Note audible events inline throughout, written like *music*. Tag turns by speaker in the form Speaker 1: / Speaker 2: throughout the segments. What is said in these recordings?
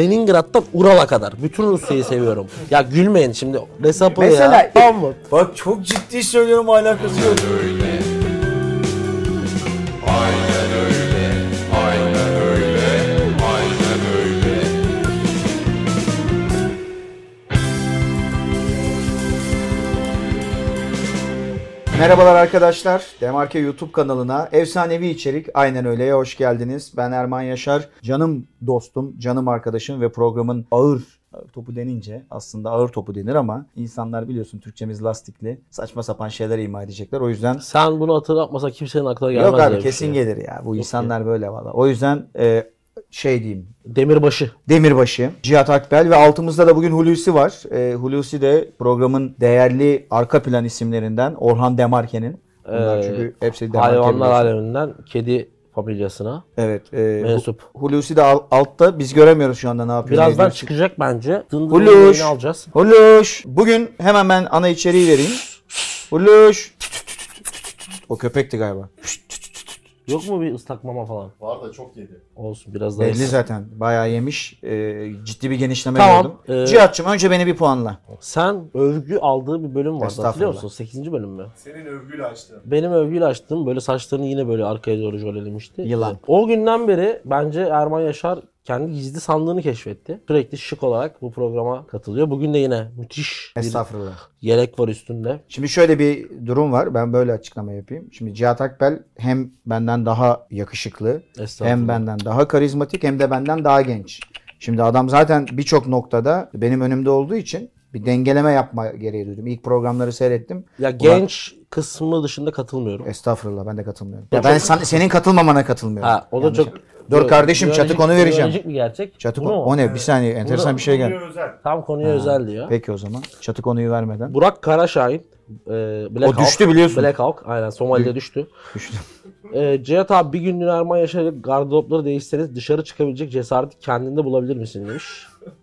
Speaker 1: Kaliningrad'dan Ural'a kadar. Bütün Rusya'yı seviyorum. Ya gülmeyin şimdi. Resapo ya.
Speaker 2: Mesela-
Speaker 1: Tamam mı?
Speaker 2: Bak çok ciddi söylüyorum alakası yok.
Speaker 3: Merhabalar arkadaşlar. Demarke YouTube kanalına efsanevi içerik aynen öyleye hoş geldiniz. Ben Erman Yaşar. Canım dostum, canım arkadaşım ve programın ağır topu denince aslında ağır topu denir ama insanlar biliyorsun Türkçemiz lastikli. Saçma sapan şeyler ima edecekler. O yüzden
Speaker 1: Sen bunu hatırlatmasa kimsenin aklına gelmez.
Speaker 3: yok abi
Speaker 1: diye bir
Speaker 3: kesin
Speaker 1: şey.
Speaker 3: gelir ya. Bu insanlar böyle valla. O yüzden e, şey diyeyim
Speaker 1: Demirbaşı.
Speaker 3: Demirbaşı, Cihat Akbel ve altımızda da bugün Hulusi var. Ee, Hulusi de programın değerli arka plan isimlerinden Orhan Demarke'nin. Bunlar
Speaker 1: Ee,
Speaker 3: çünkü hepsi Demarke
Speaker 1: Hayvanlar
Speaker 3: biliyorsun.
Speaker 1: aleminden kedi familyasına
Speaker 3: Evet. E,
Speaker 1: mensup.
Speaker 3: Hu- Hulusi de al- altta. Biz göremiyoruz şu anda ne yapıyor. ne
Speaker 1: Birazdan
Speaker 3: ediyor.
Speaker 1: çıkacak bence. Dındırın
Speaker 3: Huluş.
Speaker 1: yayını alacağız.
Speaker 3: Huluş. Bugün hemen ben ana içeriği vereyim. Huluş. O köpekti galiba.
Speaker 1: Yok mu bir ıslak mama falan?
Speaker 4: Var da çok yedi.
Speaker 1: Olsun biraz daha.
Speaker 3: Belli
Speaker 1: ıslak.
Speaker 3: zaten. Bayağı yemiş. Ee, ciddi bir genişleme
Speaker 1: Tamam,
Speaker 3: gördüm.
Speaker 1: ee,
Speaker 3: Cihat'cığım önce beni bir puanla.
Speaker 1: Sen övgü aldığı bir bölüm vardı hatırlıyor
Speaker 3: Estağfurullah.
Speaker 1: musun? 8. bölüm mü?
Speaker 4: Senin övgüyle açtın.
Speaker 1: Benim övgüyle açtığım böyle saçlarını yine böyle arkaya doğru jölelemişti.
Speaker 3: Yılan.
Speaker 1: O günden beri bence Erman Yaşar kendi gizli sandığını keşfetti. Sürekli şık olarak bu programa katılıyor. Bugün de yine müthiş bir
Speaker 3: Estağfurullah.
Speaker 1: yelek var üstünde.
Speaker 3: Şimdi şöyle bir durum var. Ben böyle açıklama yapayım. Şimdi Cihat Akbel hem benden daha yakışıklı,
Speaker 1: Estağfurullah.
Speaker 3: hem benden daha karizmatik, hem de benden daha genç. Şimdi adam zaten birçok noktada benim önümde olduğu için bir dengeleme yapma gereği duydum. İlk programları seyrettim.
Speaker 1: Ya genç kısmı dışında katılmıyorum.
Speaker 3: Estağfurullah ben de katılmıyorum.
Speaker 1: Ya
Speaker 3: Ya ben san- senin katılmamana katılmıyorum.
Speaker 1: Ha, o da
Speaker 3: Yanlış-
Speaker 1: çok...
Speaker 3: Dur kardeşim, çatı
Speaker 1: Biyolojik-
Speaker 3: konu vereceğim.
Speaker 1: Biyolojik mi gerçek?
Speaker 3: Çatı
Speaker 1: Bunu
Speaker 3: konu.
Speaker 1: mu?
Speaker 3: O ne? Bir saniye enteresan bir şey
Speaker 4: Övgüye
Speaker 3: geldi.
Speaker 4: özel.
Speaker 1: Tam konuya özel diyor.
Speaker 3: Peki o zaman. Çatı konuyu vermeden.
Speaker 1: Burak Karaşahin. E, Black
Speaker 3: O düştü
Speaker 1: Hawk,
Speaker 3: biliyorsun.
Speaker 1: Black Hawk. Aynen Somali'de düştü.
Speaker 3: Düştü.
Speaker 1: E, Cihat abi bir gün Erman yaşayıp gardıropları değişseniz dışarı çıkabilecek cesareti kendinde bulabilir misin demiş.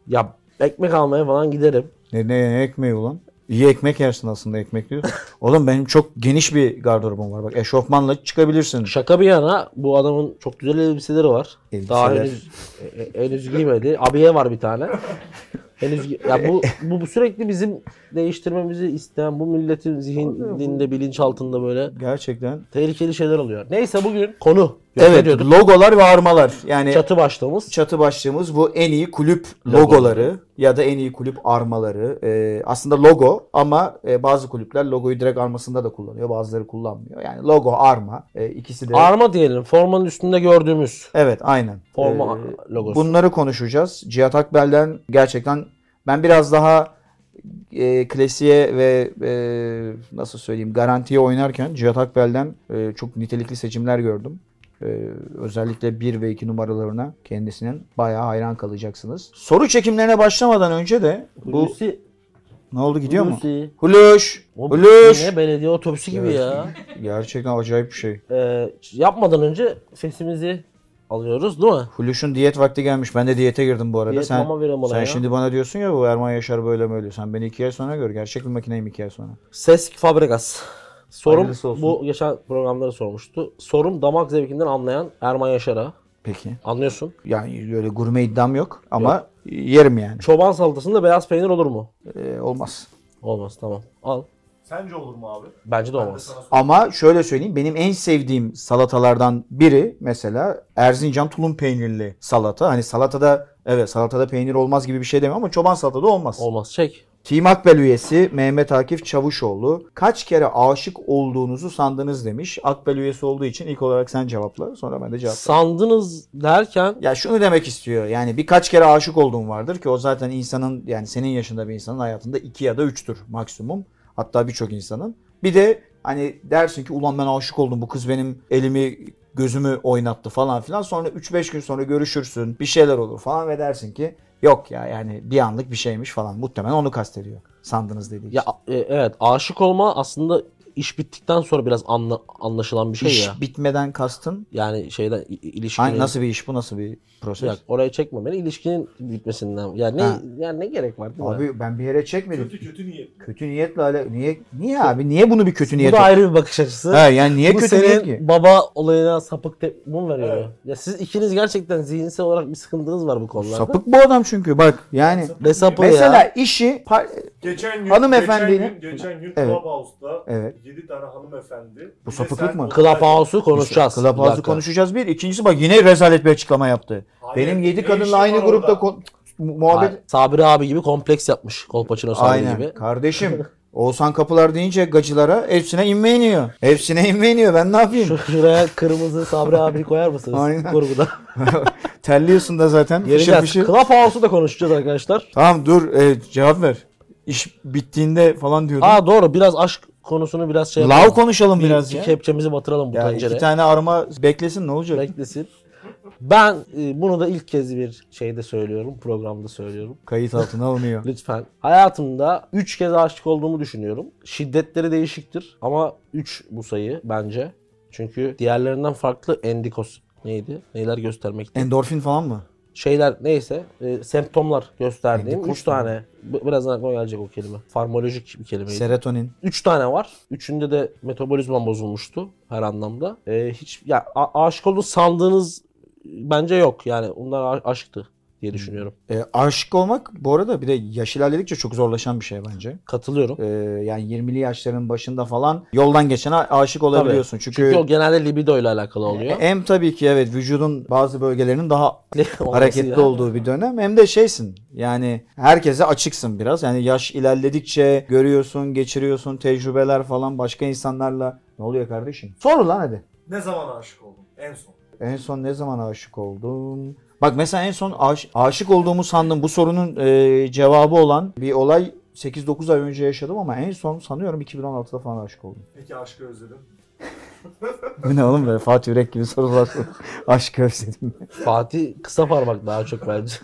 Speaker 1: ya ekmek almaya falan giderim.
Speaker 3: Ne, ne, ne ekmeği ulan? İyi ekmek yersin aslında
Speaker 1: *laughs*
Speaker 3: ekmek diyor. Oğlum benim çok geniş bir gardırobum var. Bak eşofmanla çıkabilirsin.
Speaker 1: Şaka bir yana bu adamın çok güzel elbiseleri var.
Speaker 3: Elbiseler.
Speaker 1: Daha henüz e- e- henüz giymedi. Abiye var bir tane. Henüz gi- ya bu, bu bu sürekli bizim değiştirmemizi isteyen bu milletin zihninde bilinçaltında böyle
Speaker 3: Gerçekten.
Speaker 1: tehlikeli şeyler oluyor. Neyse bugün konu.
Speaker 3: Evet
Speaker 1: Diyorduk.
Speaker 3: logolar ve armalar. Yani çatı.
Speaker 1: Çatı başlığımız.
Speaker 3: başlığımız bu en iyi kulüp logoları ya da en iyi kulüp armaları. Ee, aslında logo ama e, bazı kulüpler logoyu direkt armasında da kullanıyor. Bazıları kullanmıyor. Yani logo, arma e, ikisi de.
Speaker 1: Arma diyelim. Formanın üstünde gördüğümüz
Speaker 3: evet aynen.
Speaker 1: forma
Speaker 3: Ee,
Speaker 1: logosu.
Speaker 3: Bunları konuşacağız. Cihat Akbel'den gerçekten ben biraz daha e, klasiğe ve e, nasıl söyleyeyim garantiye oynarken Cihat Akbel'den e, çok nitelikli seçimler gördüm. E, özellikle 1 ve 2 numaralarına kendisinin bayağı hayran kalacaksınız. Soru çekimlerine başlamadan önce de bu
Speaker 1: Hulusi-
Speaker 3: ne oldu gidiyor mu?
Speaker 1: Hulusi.
Speaker 3: Huluş!
Speaker 1: O
Speaker 3: Huluş!
Speaker 1: Ne belediye otobüsü gibi ya.
Speaker 3: Gerçekten acayip bir şey.
Speaker 1: Ee, yapmadan önce sesimizi alıyoruz değil mi?
Speaker 3: Huluş'un diyet vakti gelmiş. Ben de diyete girdim bu arada.
Speaker 1: Diyet
Speaker 3: sen
Speaker 1: mama verin bana
Speaker 3: sen
Speaker 1: ya.
Speaker 3: şimdi bana diyorsun ya bu Erman Yaşar böyle böyle. Sen beni iki ay sonra gör. Gerçek bir makineyim iki ay sonra.
Speaker 1: Ses Fabregas. Sorum
Speaker 3: Hayırlısı olsun.
Speaker 1: bu geçen programları sormuştu. Sorum damak zevkinden anlayan Erman Yaşar'a.
Speaker 3: Peki.
Speaker 1: Anlıyorsun.
Speaker 3: Yani öyle gurme iddiam yok ama yerim yani.
Speaker 1: Çoban salatasında beyaz peynir olur mu?
Speaker 3: Ee, olmaz.
Speaker 1: Olmaz tamam. Al.
Speaker 4: Sence olur mu abi?
Speaker 1: Bence de
Speaker 4: Ben de
Speaker 1: olmaz.
Speaker 4: sana sor-
Speaker 3: Ama şöyle söyleyeyim benim en sevdiğim salatalardan biri mesela Erzincan tulum peynirli salata. Hani salatada evet salatada peynir olmaz gibi bir şey demiyorum ama çoban salatada olmaz.
Speaker 1: Olmaz. Çek.
Speaker 3: Team Akbel üyesi Mehmet Akif Çavuşoğlu kaç kere aşık olduğunuzu sandınız demiş. Akbel üyesi olduğu için ilk olarak sen cevapla sonra ben de cevap.
Speaker 1: Sandınız derken
Speaker 3: Ya şunu demek istiyor yani birkaç kere aşık olduğun vardır ki o zaten insanın yani senin yaşında bir insanın hayatında iki ya da üçtür maksimum. Hatta birçok insanın. Bir de hani dersin ki ulan ben aşık oldum bu kız benim elimi gözümü oynattı falan filan. Sonra 3-5 gün sonra görüşürsün bir şeyler olur falan ve dersin ki yok ya yani bir anlık bir şeymiş falan. Muhtemelen onu kastediyor sandınız dediği için.
Speaker 1: ya e, evet aşık olma aslında iş bittikten sonra biraz anla- anlaşılan bir şey
Speaker 3: İş
Speaker 1: ya. Şey
Speaker 3: bitmeden kastın.
Speaker 1: Yani şeyden i- i- ilişkinin
Speaker 3: Hangi, nasıl bir iş bu? Nasıl bir proses?
Speaker 1: Yok, oraya çekme beni ilişkinin bitmesinden. Yani ne
Speaker 3: Ha.
Speaker 1: yani ne gerek var değil mi?
Speaker 3: Abi ben bir yere çekmedim.
Speaker 4: Kötü kötü niyetli.
Speaker 3: Kötü niyetle ale... Niye, niye abi? Niye bunu bir kötü
Speaker 1: Bu
Speaker 3: niyet?
Speaker 1: da ayrı bir bakış açısı.
Speaker 3: Ha, yani niye
Speaker 1: bu
Speaker 3: kötü
Speaker 1: senin
Speaker 3: niyet ki?
Speaker 1: baba olayına sapık tepki mi veriyor?
Speaker 4: Evet.
Speaker 1: Ya siz ikiniz gerçekten zihinsel olarak bir sıkıntınız var bu konularda.
Speaker 3: Sapık bu adam çünkü bak yani.
Speaker 1: Ne sapığı
Speaker 3: Mesela
Speaker 1: ya?
Speaker 3: işi par-
Speaker 4: Geçen gün,
Speaker 3: Hanımefendiyle-
Speaker 4: geçen gün, geçen gün
Speaker 3: Evet.
Speaker 4: Clubhouse'da
Speaker 3: Evet.
Speaker 4: 7 tane hanımefendi.
Speaker 3: Bu
Speaker 4: Bir de
Speaker 3: sapıklık
Speaker 4: sen
Speaker 3: mı?
Speaker 4: odadaydın.
Speaker 1: Clubhouse'u konuşacağız.
Speaker 3: İşte
Speaker 1: Bir
Speaker 3: Clubhouse'u
Speaker 1: dakika.
Speaker 3: konuşacağız bir. İkincisi bak yine rezalet bir açıklama yaptı.
Speaker 4: Hayır,
Speaker 3: Benim
Speaker 4: ne
Speaker 3: yedi
Speaker 4: işin
Speaker 3: kadınla
Speaker 4: var
Speaker 3: aynı
Speaker 4: orada?
Speaker 3: grupta kon- muhabbet...
Speaker 1: Ay, Sabri abi gibi kompleks yapmış. Kolpaçino Sabri
Speaker 3: Aynen.
Speaker 1: gibi. *laughs*
Speaker 3: Kardeşim Oğuzhan Kapılar deyince gacılara hepsine inme iniyor. Hepsine inme iniyor. Ben ne yapayım?
Speaker 1: Şuraya kırmızı Sabri abi koyar mısınız?
Speaker 3: Aynen. *laughs*
Speaker 1: Kurguda.
Speaker 3: Terliyorsun da zaten. Fışır
Speaker 1: Geleceğiz.
Speaker 3: fışır.
Speaker 1: Clubhouse'u da konuşacağız arkadaşlar.
Speaker 3: Tamam dur e, cevap ver. İş bittiğinde falan diyordun.
Speaker 1: Aa doğru biraz aşk konusunu biraz şey
Speaker 3: Lav konuşalım biraz
Speaker 1: Bir
Speaker 3: ya.
Speaker 1: Kepçemizi batıralım bu
Speaker 3: Ya
Speaker 1: tencere.
Speaker 3: iki tane arama beklesin ne olacak?
Speaker 1: Beklesin. Ben e, bunu da ilk kez bir şeyde söylüyorum. Programda söylüyorum.
Speaker 3: Kayıt
Speaker 1: *laughs*
Speaker 3: altına alınıyor.
Speaker 1: Lütfen. Hayatımda 3 kez aşık olduğumu düşünüyorum. Şiddetleri değişiktir ama 3 bu sayı bence. Çünkü diğerlerinden farklı endikos neydi? Neyler göstermekti?
Speaker 3: Endorfin falan mı?
Speaker 1: şeyler neyse e, semptomlar gösterdiğim
Speaker 3: Endikos
Speaker 1: 3 tane. B- Birazdan aklıma gelecek o kelime. Farmolojik bir kelimeydi.
Speaker 3: Serotonin.
Speaker 1: 3 tane var. Üçünde de metabolizmam bozulmuştu her anlamda. Ee, hiç ya a- aşık olduğu sandığınız bence yok. Yani onlar a- aşktı diye düşünüyorum.
Speaker 3: E, aşık olmak bu arada bir de yaş ilerledikçe çok zorlaşan bir şey bence.
Speaker 1: Katılıyorum.
Speaker 3: E, yani 20'li yaşların başında falan yoldan geçene aşık olabiliyorsun. Çünkü,
Speaker 1: Çünkü o genelde libido ile alakalı
Speaker 3: E,
Speaker 1: oluyor. *laughs*
Speaker 3: hem tabii ki evet vücudun bazı bölgelerinin daha
Speaker 1: Olması
Speaker 3: hareketli
Speaker 1: ya.
Speaker 3: olduğu bir dönem hem de şeysin yani herkese açıksın biraz yani yaş ilerledikçe görüyorsun geçiriyorsun tecrübeler falan başka insanlarla ne oluyor kardeşim sor lan hadi
Speaker 4: Ne zaman aşık oldun? En son.
Speaker 3: en son ne zaman aşık oldum bak mesela en son aş- aşık olduğumu sandım bu sorunun e, cevabı olan bir olay 8-9 ay önce yaşadım ama en son sanıyorum 2016'da falan aşık oldum. *laughs*
Speaker 4: Peki aşkı özledin. mi?
Speaker 3: Bu ne oğlum böyle Fatih Yürek gibi sorular sor. *laughs* Aşkı özledim.
Speaker 1: Fatih kısa parmak daha çok bence.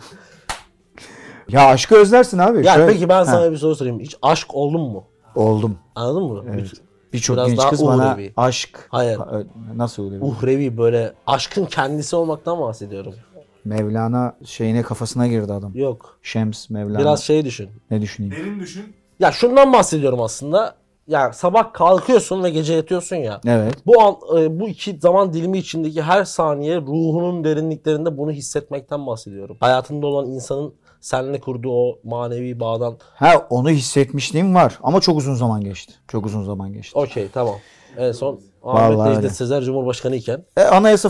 Speaker 3: Ya aşkı özlersin abi.
Speaker 1: yani
Speaker 3: E, Şöyle-
Speaker 1: peki ben sana
Speaker 3: Ha,
Speaker 1: bir soru sorayım. Hiç aşk oldun mu?
Speaker 3: Oldum.
Speaker 1: Anladın mı? Hiç
Speaker 3: Birçok
Speaker 1: Biraz
Speaker 3: genç
Speaker 1: daha
Speaker 3: kız bana
Speaker 1: uhrevi.
Speaker 3: aşk.
Speaker 1: Hayır.
Speaker 3: Ha, ö- Nasıl uhrevi?
Speaker 1: Uhrevi böyle aşkın kendisi olmaktan bahsediyorum.
Speaker 3: Mevlana şeyine kafasına girdi adam.
Speaker 1: Yok.
Speaker 3: Şems Mevlana.
Speaker 1: Biraz şey düşün.
Speaker 3: Ne düşüneyim?
Speaker 4: Derin düşün.
Speaker 1: Ya şundan bahsediyorum aslında. Ya sabah kalkıyorsun ve gece yatıyorsun ya.
Speaker 3: Evet.
Speaker 1: Bu an, e, bu iki zaman dilimi içindeki her saniye ruhunun derinliklerinde bunu hissetmekten bahsediyorum. Hayatında olan insanın seninle kurduğu o manevi bağdan.
Speaker 3: Ha onu hissetmişliğim var ama çok uzun zaman geçti. Çok uzun zaman geçti.
Speaker 1: Okey tamam. En son
Speaker 3: Vallahi
Speaker 1: Ahmet
Speaker 3: öyle.
Speaker 1: Necdet Sezer Cumhurbaşkanı iken.
Speaker 3: E, anayasa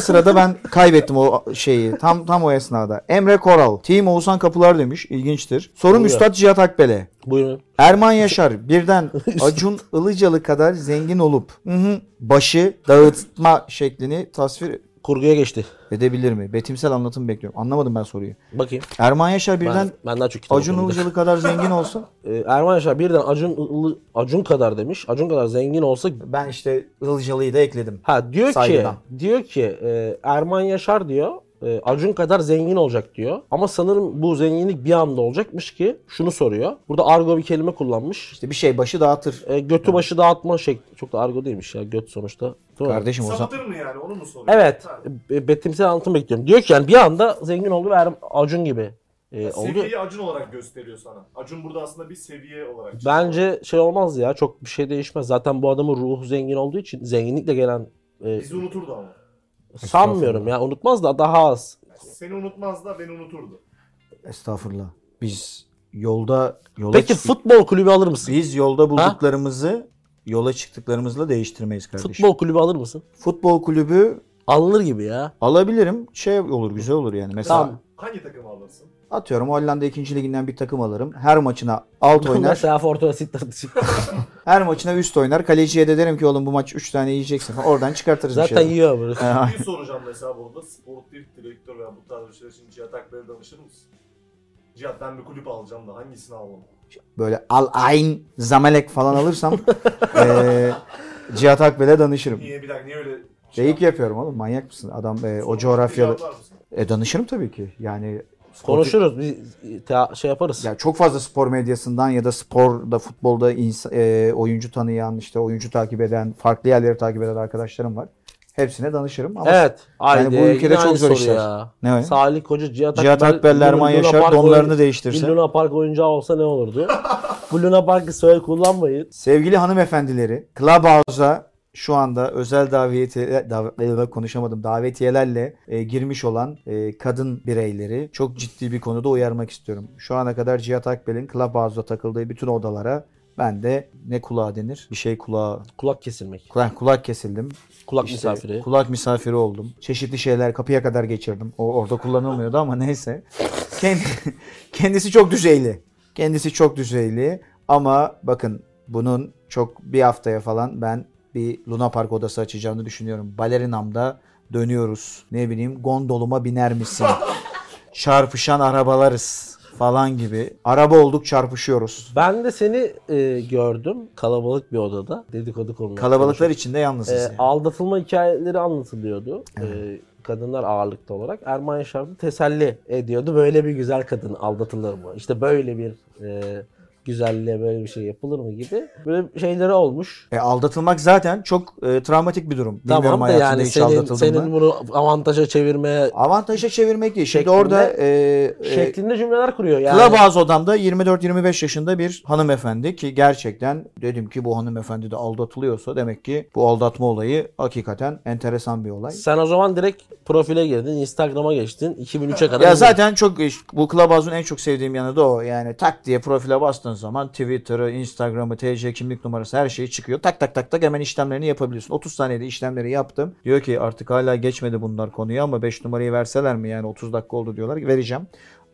Speaker 1: *laughs*
Speaker 3: sırada ben kaybettim o şeyi. Tam tam o esnada. Emre Koral, Team Oğuzhan Kapılar demiş. İlginçtir. Sorun
Speaker 1: Oluyor.
Speaker 3: Üstad Cihat Akbel'e.
Speaker 1: Buyurun. *laughs*
Speaker 3: Erman Yaşar birden Acun Ilıcalı kadar zengin olup hı hı, başı dağıtma şeklini tasvir
Speaker 1: Kurguya geçti.
Speaker 3: edebilir mi? Betimsel anlatım bekliyorum. Anlamadım ben soruyu.
Speaker 1: Bakayım.
Speaker 3: Erman Yaşar birden
Speaker 1: Ben, ben daha çok kitap
Speaker 3: Acun
Speaker 1: okudum.
Speaker 3: Ilıcalı kadar zengin olsa
Speaker 1: E, Erman Yaşar birden Acun, Ilı- Acun kadar demiş. Acun kadar zengin olsa
Speaker 3: ben işte Ilıcalı'yı da ekledim.
Speaker 1: Ha diyor
Speaker 3: Saygıdan.
Speaker 1: ki diyor ki e, Erman Yaşar diyor e, Acun kadar zengin olacak diyor. Ama sanırım bu zenginlik bir anda olacakmış ki şunu soruyor. Burada argo bir kelime kullanmış.
Speaker 3: İşte bir şey başı dağıtır.
Speaker 1: E, götü başı dağıtma şekli. Çok da argo değilmiş ya göt sonuçta. Doğru.
Speaker 3: Kardeşim o zaman
Speaker 4: Sapıtır mı yani onu mu soruyorsun?
Speaker 1: Evet.
Speaker 4: Ha.
Speaker 1: e, betimsel anlatım bekliyorum. Diyor ki yani bir anda zengin oldu ve Er- Acun gibi e, oldu.
Speaker 4: Seviyeyi Acun olarak gösteriyor sana. Acun burada aslında bir seviye olarak. çıkıyor.
Speaker 1: Bence şey olmaz ya çok bir şey değişmez. Zaten bu adamın ruhu zengin olduğu için zenginlikle gelen e,
Speaker 4: Bizi unuturdu ama.
Speaker 1: sanmıyorum ya unutmaz da daha az.
Speaker 4: Seni unutmaz da beni unuturdu.
Speaker 3: estağfurullah. Biz yolda yola
Speaker 1: Peki
Speaker 3: çık-
Speaker 1: futbol kulübü alır mısın?
Speaker 3: biz yolda bulduklarımızı yola çıktıklarımızla değiştirmeyiz kardeşim. Futbol,
Speaker 1: Futbol kulübü alır mısın?
Speaker 3: kulübü
Speaker 1: Alınır gibi ya.
Speaker 3: alabilirim. Şey olur, güzel olur yani. Mesela
Speaker 1: Tamam.
Speaker 4: Hangi takımı alırsın?
Speaker 3: atıyorum Hollanda 2. liginden bir takım alırım. Her maçına
Speaker 1: *laughs*
Speaker 3: alt oynar, şey
Speaker 1: Mesela Fortuna Sittard.
Speaker 3: her maçına üst oynar. Kaleciye de derim ki oğlum bu maç 3 tane yiyeceksin falan. Oradan çıkartırız bir
Speaker 1: Zaten
Speaker 3: şeyler.
Speaker 1: yiyor bunu.
Speaker 4: Bir soracağım mesela burada. Sportif direktör veya bu tarz bir şeyler için Cihat Akbel'e danışır mısın? Cihat ben bir kulüp alacağım da hangisini alalım?
Speaker 3: Böyle Al Ain, Zamalek falan alırsam eee Cihat Akbel'e danışırım.
Speaker 4: Niye bir dakika niye öyle şey
Speaker 3: Geyik yapıyorum oğlum manyak mısın? Adam e, o
Speaker 4: yapıyorsun?
Speaker 3: coğrafyada.
Speaker 4: Cevaplar mısın?
Speaker 3: E danışırım tabii ki. Yani
Speaker 1: Konuşuruz. Biz te- şey yaparız.
Speaker 3: Ya çok fazla spor medyasından ya da sporda, futbolda ins- e, oyuncu tanıyan, işte oyuncu takip eden, farklı yerleri takip eden arkadaşlarım var. Hepsine danışırım ama
Speaker 1: evet. Haydi,
Speaker 3: bu ülkede
Speaker 1: yine
Speaker 3: çok
Speaker 1: aynı
Speaker 3: zor
Speaker 1: soru
Speaker 3: işler.
Speaker 1: Ya.
Speaker 3: Ne o?
Speaker 1: Salih Koca, Cihat,
Speaker 3: Cihat Akbel, Lerman
Speaker 1: Luna
Speaker 3: Yaşar
Speaker 1: Park
Speaker 3: donlarını
Speaker 1: oyun-
Speaker 3: değiştirse.
Speaker 1: Bir Luna Park oyuncağı olsa ne olurdu? Bu Luna Park'ı söyle kullanmayın.
Speaker 3: Sevgili hanımefendileri, Clubhouse'a şu anda özel davetiye davetlerle konuşamadım. Davetiyelerle e, girmiş olan e, kadın bireyleri çok ciddi bir konuda uyarmak istiyorum. Şu ana kadar Cihat Akbel'in Clubhouse'da takıldığı bütün odalara ben de ne kulağa denir? Bir şey kulağa
Speaker 1: Kulak kesilmek.
Speaker 3: kulak, kulak kesildim.
Speaker 1: Kulak
Speaker 3: İşte
Speaker 1: Ee, misafiri.
Speaker 3: Kulak misafiri oldum. Çeşitli şeyler kapıya kadar geçirdim. O orada kullanılmıyordu ama neyse. Kendi, *laughs* kendisi çok düzeyli. Kendisi çok düzeyli ama bakın bunun çok bir haftaya falan ben bir Luna Park odası açacağını düşünüyorum. Balerinam'da dönüyoruz. Ne bileyim gondoluma biner
Speaker 1: *laughs*
Speaker 3: misin? Çarpışan arabalarız falan gibi. Araba olduk çarpışıyoruz.
Speaker 1: ben de seni e, gördüm kalabalık bir odada dedikodu konuları.
Speaker 3: Kalabalıklar içinde yalnızız.
Speaker 1: Ee,
Speaker 3: yani.
Speaker 1: aldatılma hikayeleri anlatılıyordu. Ee, kadınlar ağırlıklı olarak. Erman Yaşar da teselli ediyordu. Böyle bir güzel kadın aldatılır mı? İşte böyle bir e, güzelliğe böyle bir şey yapılır mı gibi. Böyle şeyleri olmuş.
Speaker 3: E, aldatılmak zaten çok e, travmatik bir durum. Bilmiyorum
Speaker 1: tamam da
Speaker 3: hayatında
Speaker 1: yani
Speaker 3: hiç
Speaker 1: senin,
Speaker 3: aldatıldın mı?
Speaker 1: senin bunu avantaja çevirmeye
Speaker 3: Avantaja çevirmek değil. Şimdi
Speaker 1: Şeklinde-
Speaker 3: orada e, e,
Speaker 1: şeklinde cümleler kuruyor yani.
Speaker 3: Clubhouse odamda 24-25 yaşında bir hanımefendi ki gerçekten dedim ki bu hanımefendi de aldatılıyorsa demek ki bu aldatma olayı hakikaten enteresan bir olay.
Speaker 1: Sen o zaman direkt profile girdin, Instagram'a geçtin. 2003'e kadar.
Speaker 3: Ya zaten çok bu Clubhouse'un en çok sevdiğim yanı da o. Yani tak diye profile bastığın zaman Twitter'ı, Instagram'ı, TC kimlik numarası her şey çıkıyor. Tak tak tak tak hemen işlemlerini yapabiliyorsun. 30 saniyede işlemleri yaptım. Diyor ki artık hala geçmedi bunlar konuya ama 5 numarayı verseler mi yani 30 dakika oldu diyorlar vereceğim.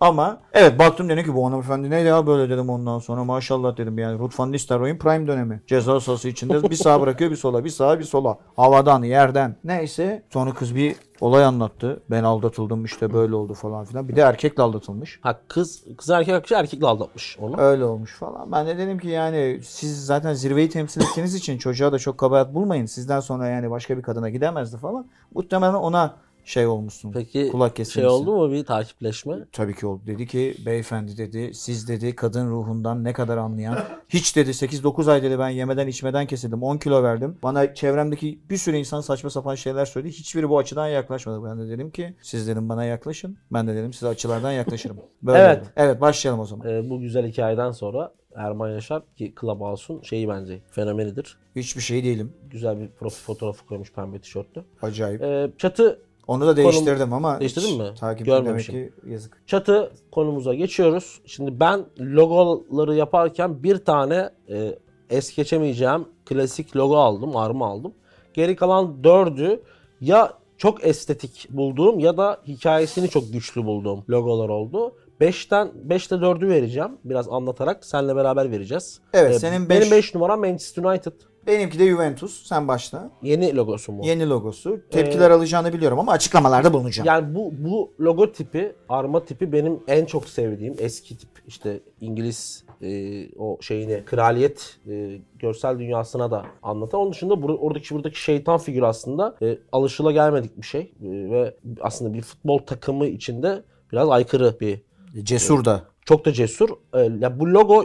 Speaker 3: Ama evet baktım dedim ki bu hanımefendi neydi ya böyle dedim ondan sonra maşallah dedim yani Ruth van Nistelrooy'un prime dönemi. Ceza sahası içinde bir sağa bırakıyor bir sola bir sağa bir sola havadan yerden neyse sonra kız bir olay anlattı ben aldatıldım işte böyle oldu falan filan bir de erkekle aldatılmış.
Speaker 1: Ha, kız, kız erkek kişi erkekle aldatmış onu.
Speaker 3: Öyle olmuş falan. Ben de dedim ki yani siz zaten zirveyi temsil ettiğiniz için çocuğa da çok kabahat bulmayın. Sizden sonra yani başka bir kadına gidemezdi falan. Muhtemelen ona şey olmuşsun.
Speaker 1: Peki
Speaker 3: kulak
Speaker 1: şey
Speaker 3: kesilmişsin.
Speaker 1: oldu mu bir takipleşme?
Speaker 3: Tabii ki oldu. Dedi ki beyefendi dedi siz dedi kadın ruhundan ne kadar anlayan. Hiç dedi 8-9 ay dedi ben yemeden içmeden kesildim. 10 kilo verdim. Bana çevremdeki bir sürü insan saçma sapan şeyler söyledi. Hiçbiri bu açıdan yaklaşmadı. Ben de dedim ki siz dedim bana yaklaşın. Ben de dedim size açılardan yaklaşırım.
Speaker 1: *laughs*
Speaker 3: Böyle
Speaker 1: Evet.
Speaker 3: oldu. Evet başlayalım o zaman.
Speaker 1: Ee, bu güzel hikayeden sonra Erman Yaşar ki Clubhouse'un şeyi bence fenomenidir.
Speaker 3: Hiçbir şey değilim.
Speaker 1: Güzel bir profil fotoğrafı koymuş pembe tişörtlü.
Speaker 3: Acayip.
Speaker 1: Ee, çatı
Speaker 3: Onu da değiştirdim ama
Speaker 1: Değiştirdin
Speaker 3: hiç
Speaker 1: mi?
Speaker 3: Takip demek
Speaker 1: Görmemişim.
Speaker 3: ki yazık.
Speaker 1: çatı konumuza geçiyoruz. Şimdi ben logoları yaparken bir tane e, es geçemeyeceğim klasik logo aldım, arma aldım. Geri kalan dördü ya çok estetik bulduğum ya da hikayesini çok güçlü bulduğum logolar oldu. 5'ten 5'te 4'ü vereceğim. Biraz anlatarak seninle beraber vereceğiz.
Speaker 3: Evet,
Speaker 1: Ee,
Speaker 3: senin
Speaker 1: benim
Speaker 3: beş-
Speaker 1: 5 numaram Manchester United.
Speaker 3: Benimki de Juventus. Sen başla.
Speaker 1: Yeni logosu mu?
Speaker 3: Yeni logosu.
Speaker 1: Ee,
Speaker 3: Tepkiler alacağını biliyorum ama açıklamalarda bulunacağım.
Speaker 1: Yani bu bu logo tipi, arma tipi benim en çok sevdiğim eski tip. İşte İngiliz e, o şeyini kraliyet e, görsel dünyasına da anlatan. Onun dışında bur- oradaki buradaki şeytan figürü aslında e, alışıla gelmedik bir şey E, ve aslında bir futbol takımı içinde biraz aykırı bir
Speaker 3: Cesur da.
Speaker 1: çok da cesur. E, Ya bu logo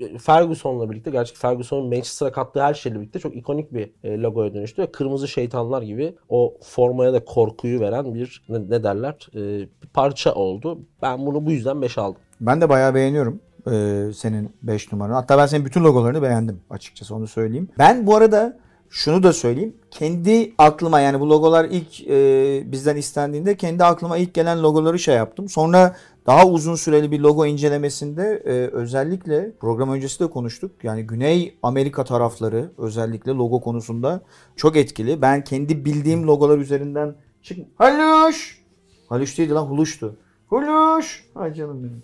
Speaker 1: e, Ferguson'la birlikte, gerçi Ferguson'un Manchester'a kattığı her şeyle birlikte çok ikonik bir e, logoya dönüştü. Ve kırmızı şeytanlar gibi o formaya da korkuyu veren bir ne, ne derler e, bir parça oldu. Ben bunu bu yüzden 5 aldım.
Speaker 3: Ben de bayağı beğeniyorum eee, senin 5 numaranı. Hatta ben senin bütün logolarını beğendim açıkçası onu söyleyeyim. Ben bu arada şunu da söyleyeyim. Kendi aklıma yani bu logolar ilk eee, bizden istendiğinde kendi aklıma ilk gelen logoları şey yaptım. Sonra daha uzun süreli bir logo incelemesinde eee, özellikle program öncesi de konuştuk. Yani Güney Amerika tarafları özellikle logo konusunda çok etkili. Ben kendi bildiğim logolar üzerinden çık. Haluş! Haluş değildi lan Huluş'tu. Huluş! Ay canım benim.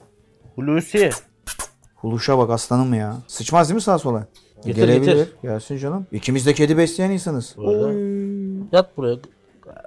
Speaker 1: Hulusi.
Speaker 3: Huluşa bak aslanım ya. Sıçmaz değil mi sağa sola?
Speaker 1: Getir, getir.
Speaker 3: Gelsin canım. İkimiz de kedi besleyen insanız.
Speaker 1: Bu arada.
Speaker 3: Oy.
Speaker 1: Yat buraya.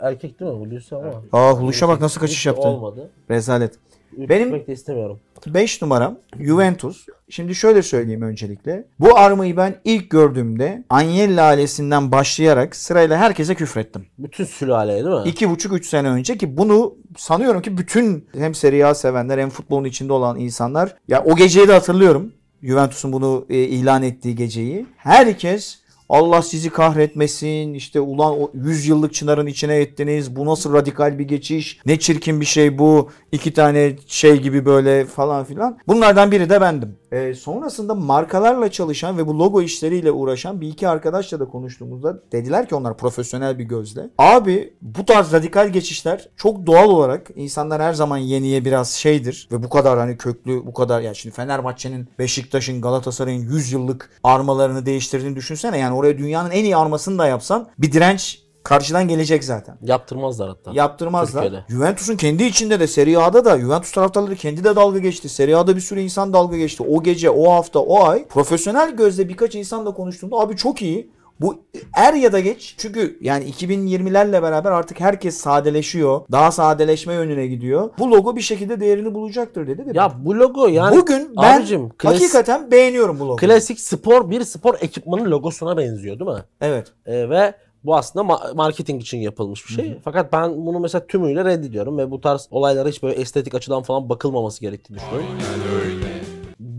Speaker 1: Erkek değil mi Hulusi ama?
Speaker 3: Aa Huluşa bak nasıl kaçış yaptı.
Speaker 1: Olmadı.
Speaker 3: Rezalet.
Speaker 1: Benim
Speaker 3: Benim-
Speaker 1: de istemiyorum.
Speaker 3: 5 numaram Juventus. Şimdi şöyle söyleyeyim öncelikle. Bu armayı ben ilk gördüğümde Agnelli ailesinden başlayarak sırayla herkese küfrettim.
Speaker 1: Bütün sülaleye değil mi?
Speaker 3: 2,5-3 sene önce ki bunu sanıyorum ki bütün hem Serie A sevenler hem futbolun içinde olan insanlar. Ya o geceyi de hatırlıyorum. Juventus'un bunu e, ilan ettiği geceyi. Herkes Allah sizi kahretmesin işte ulan o 100 yıllık çınarın içine ettiniz bu nasıl radikal bir geçiş ne çirkin bir şey bu iki tane şey gibi böyle falan filan bunlardan biri de bendim. E, sonrasında markalarla çalışan ve bu logo işleriyle uğraşan bir iki arkadaşla da konuştuğumuzda dediler ki onlar profesyonel bir gözle. Abi bu tarz radikal geçişler çok doğal olarak insanlar her zaman yeniye biraz şeydir ve bu kadar hani köklü bu kadar ya şimdi Fenerbahçe'nin Beşiktaş'ın Galatasaray'ın 100 yıllık armalarını değiştirdiğini düşünsene yani oraya dünyanın en iyi armasını da yapsan bir direnç karşıdan gelecek zaten.
Speaker 1: Yaptırmazlar hatta.
Speaker 3: Yaptırmazlar.
Speaker 1: Türkiye'de.
Speaker 3: Juventus'un kendi içinde de Serie A'da da Juventus taraftarları kendi de dalga geçti. Serie A'da bir sürü insan dalga geçti. O gece, o hafta, o ay profesyonel gözle birkaç insanla konuştuğumda abi çok iyi. Bu er ya da geç çünkü yani 2020'lerle beraber artık herkes sadeleşiyor. Daha sadeleşme yönüne gidiyor. Bu logo bir şekilde değerini bulacaktır dedi. de-
Speaker 1: ya bu logo yani
Speaker 3: Bugün ben
Speaker 1: abicim, klas-
Speaker 3: hakikaten beğeniyorum bu logoyu.
Speaker 1: klasik spor bir spor ekipmanı logosuna benziyor değil mi?
Speaker 3: evet.
Speaker 1: Ee, ve bu aslında ma- marketing için yapılmış bir şey. Fakat ben bunu mesela tümüyle reddediyorum ve bu tarz olaylara hiç böyle estetik açıdan falan bakılmaması gerektiğini düşünüyorum.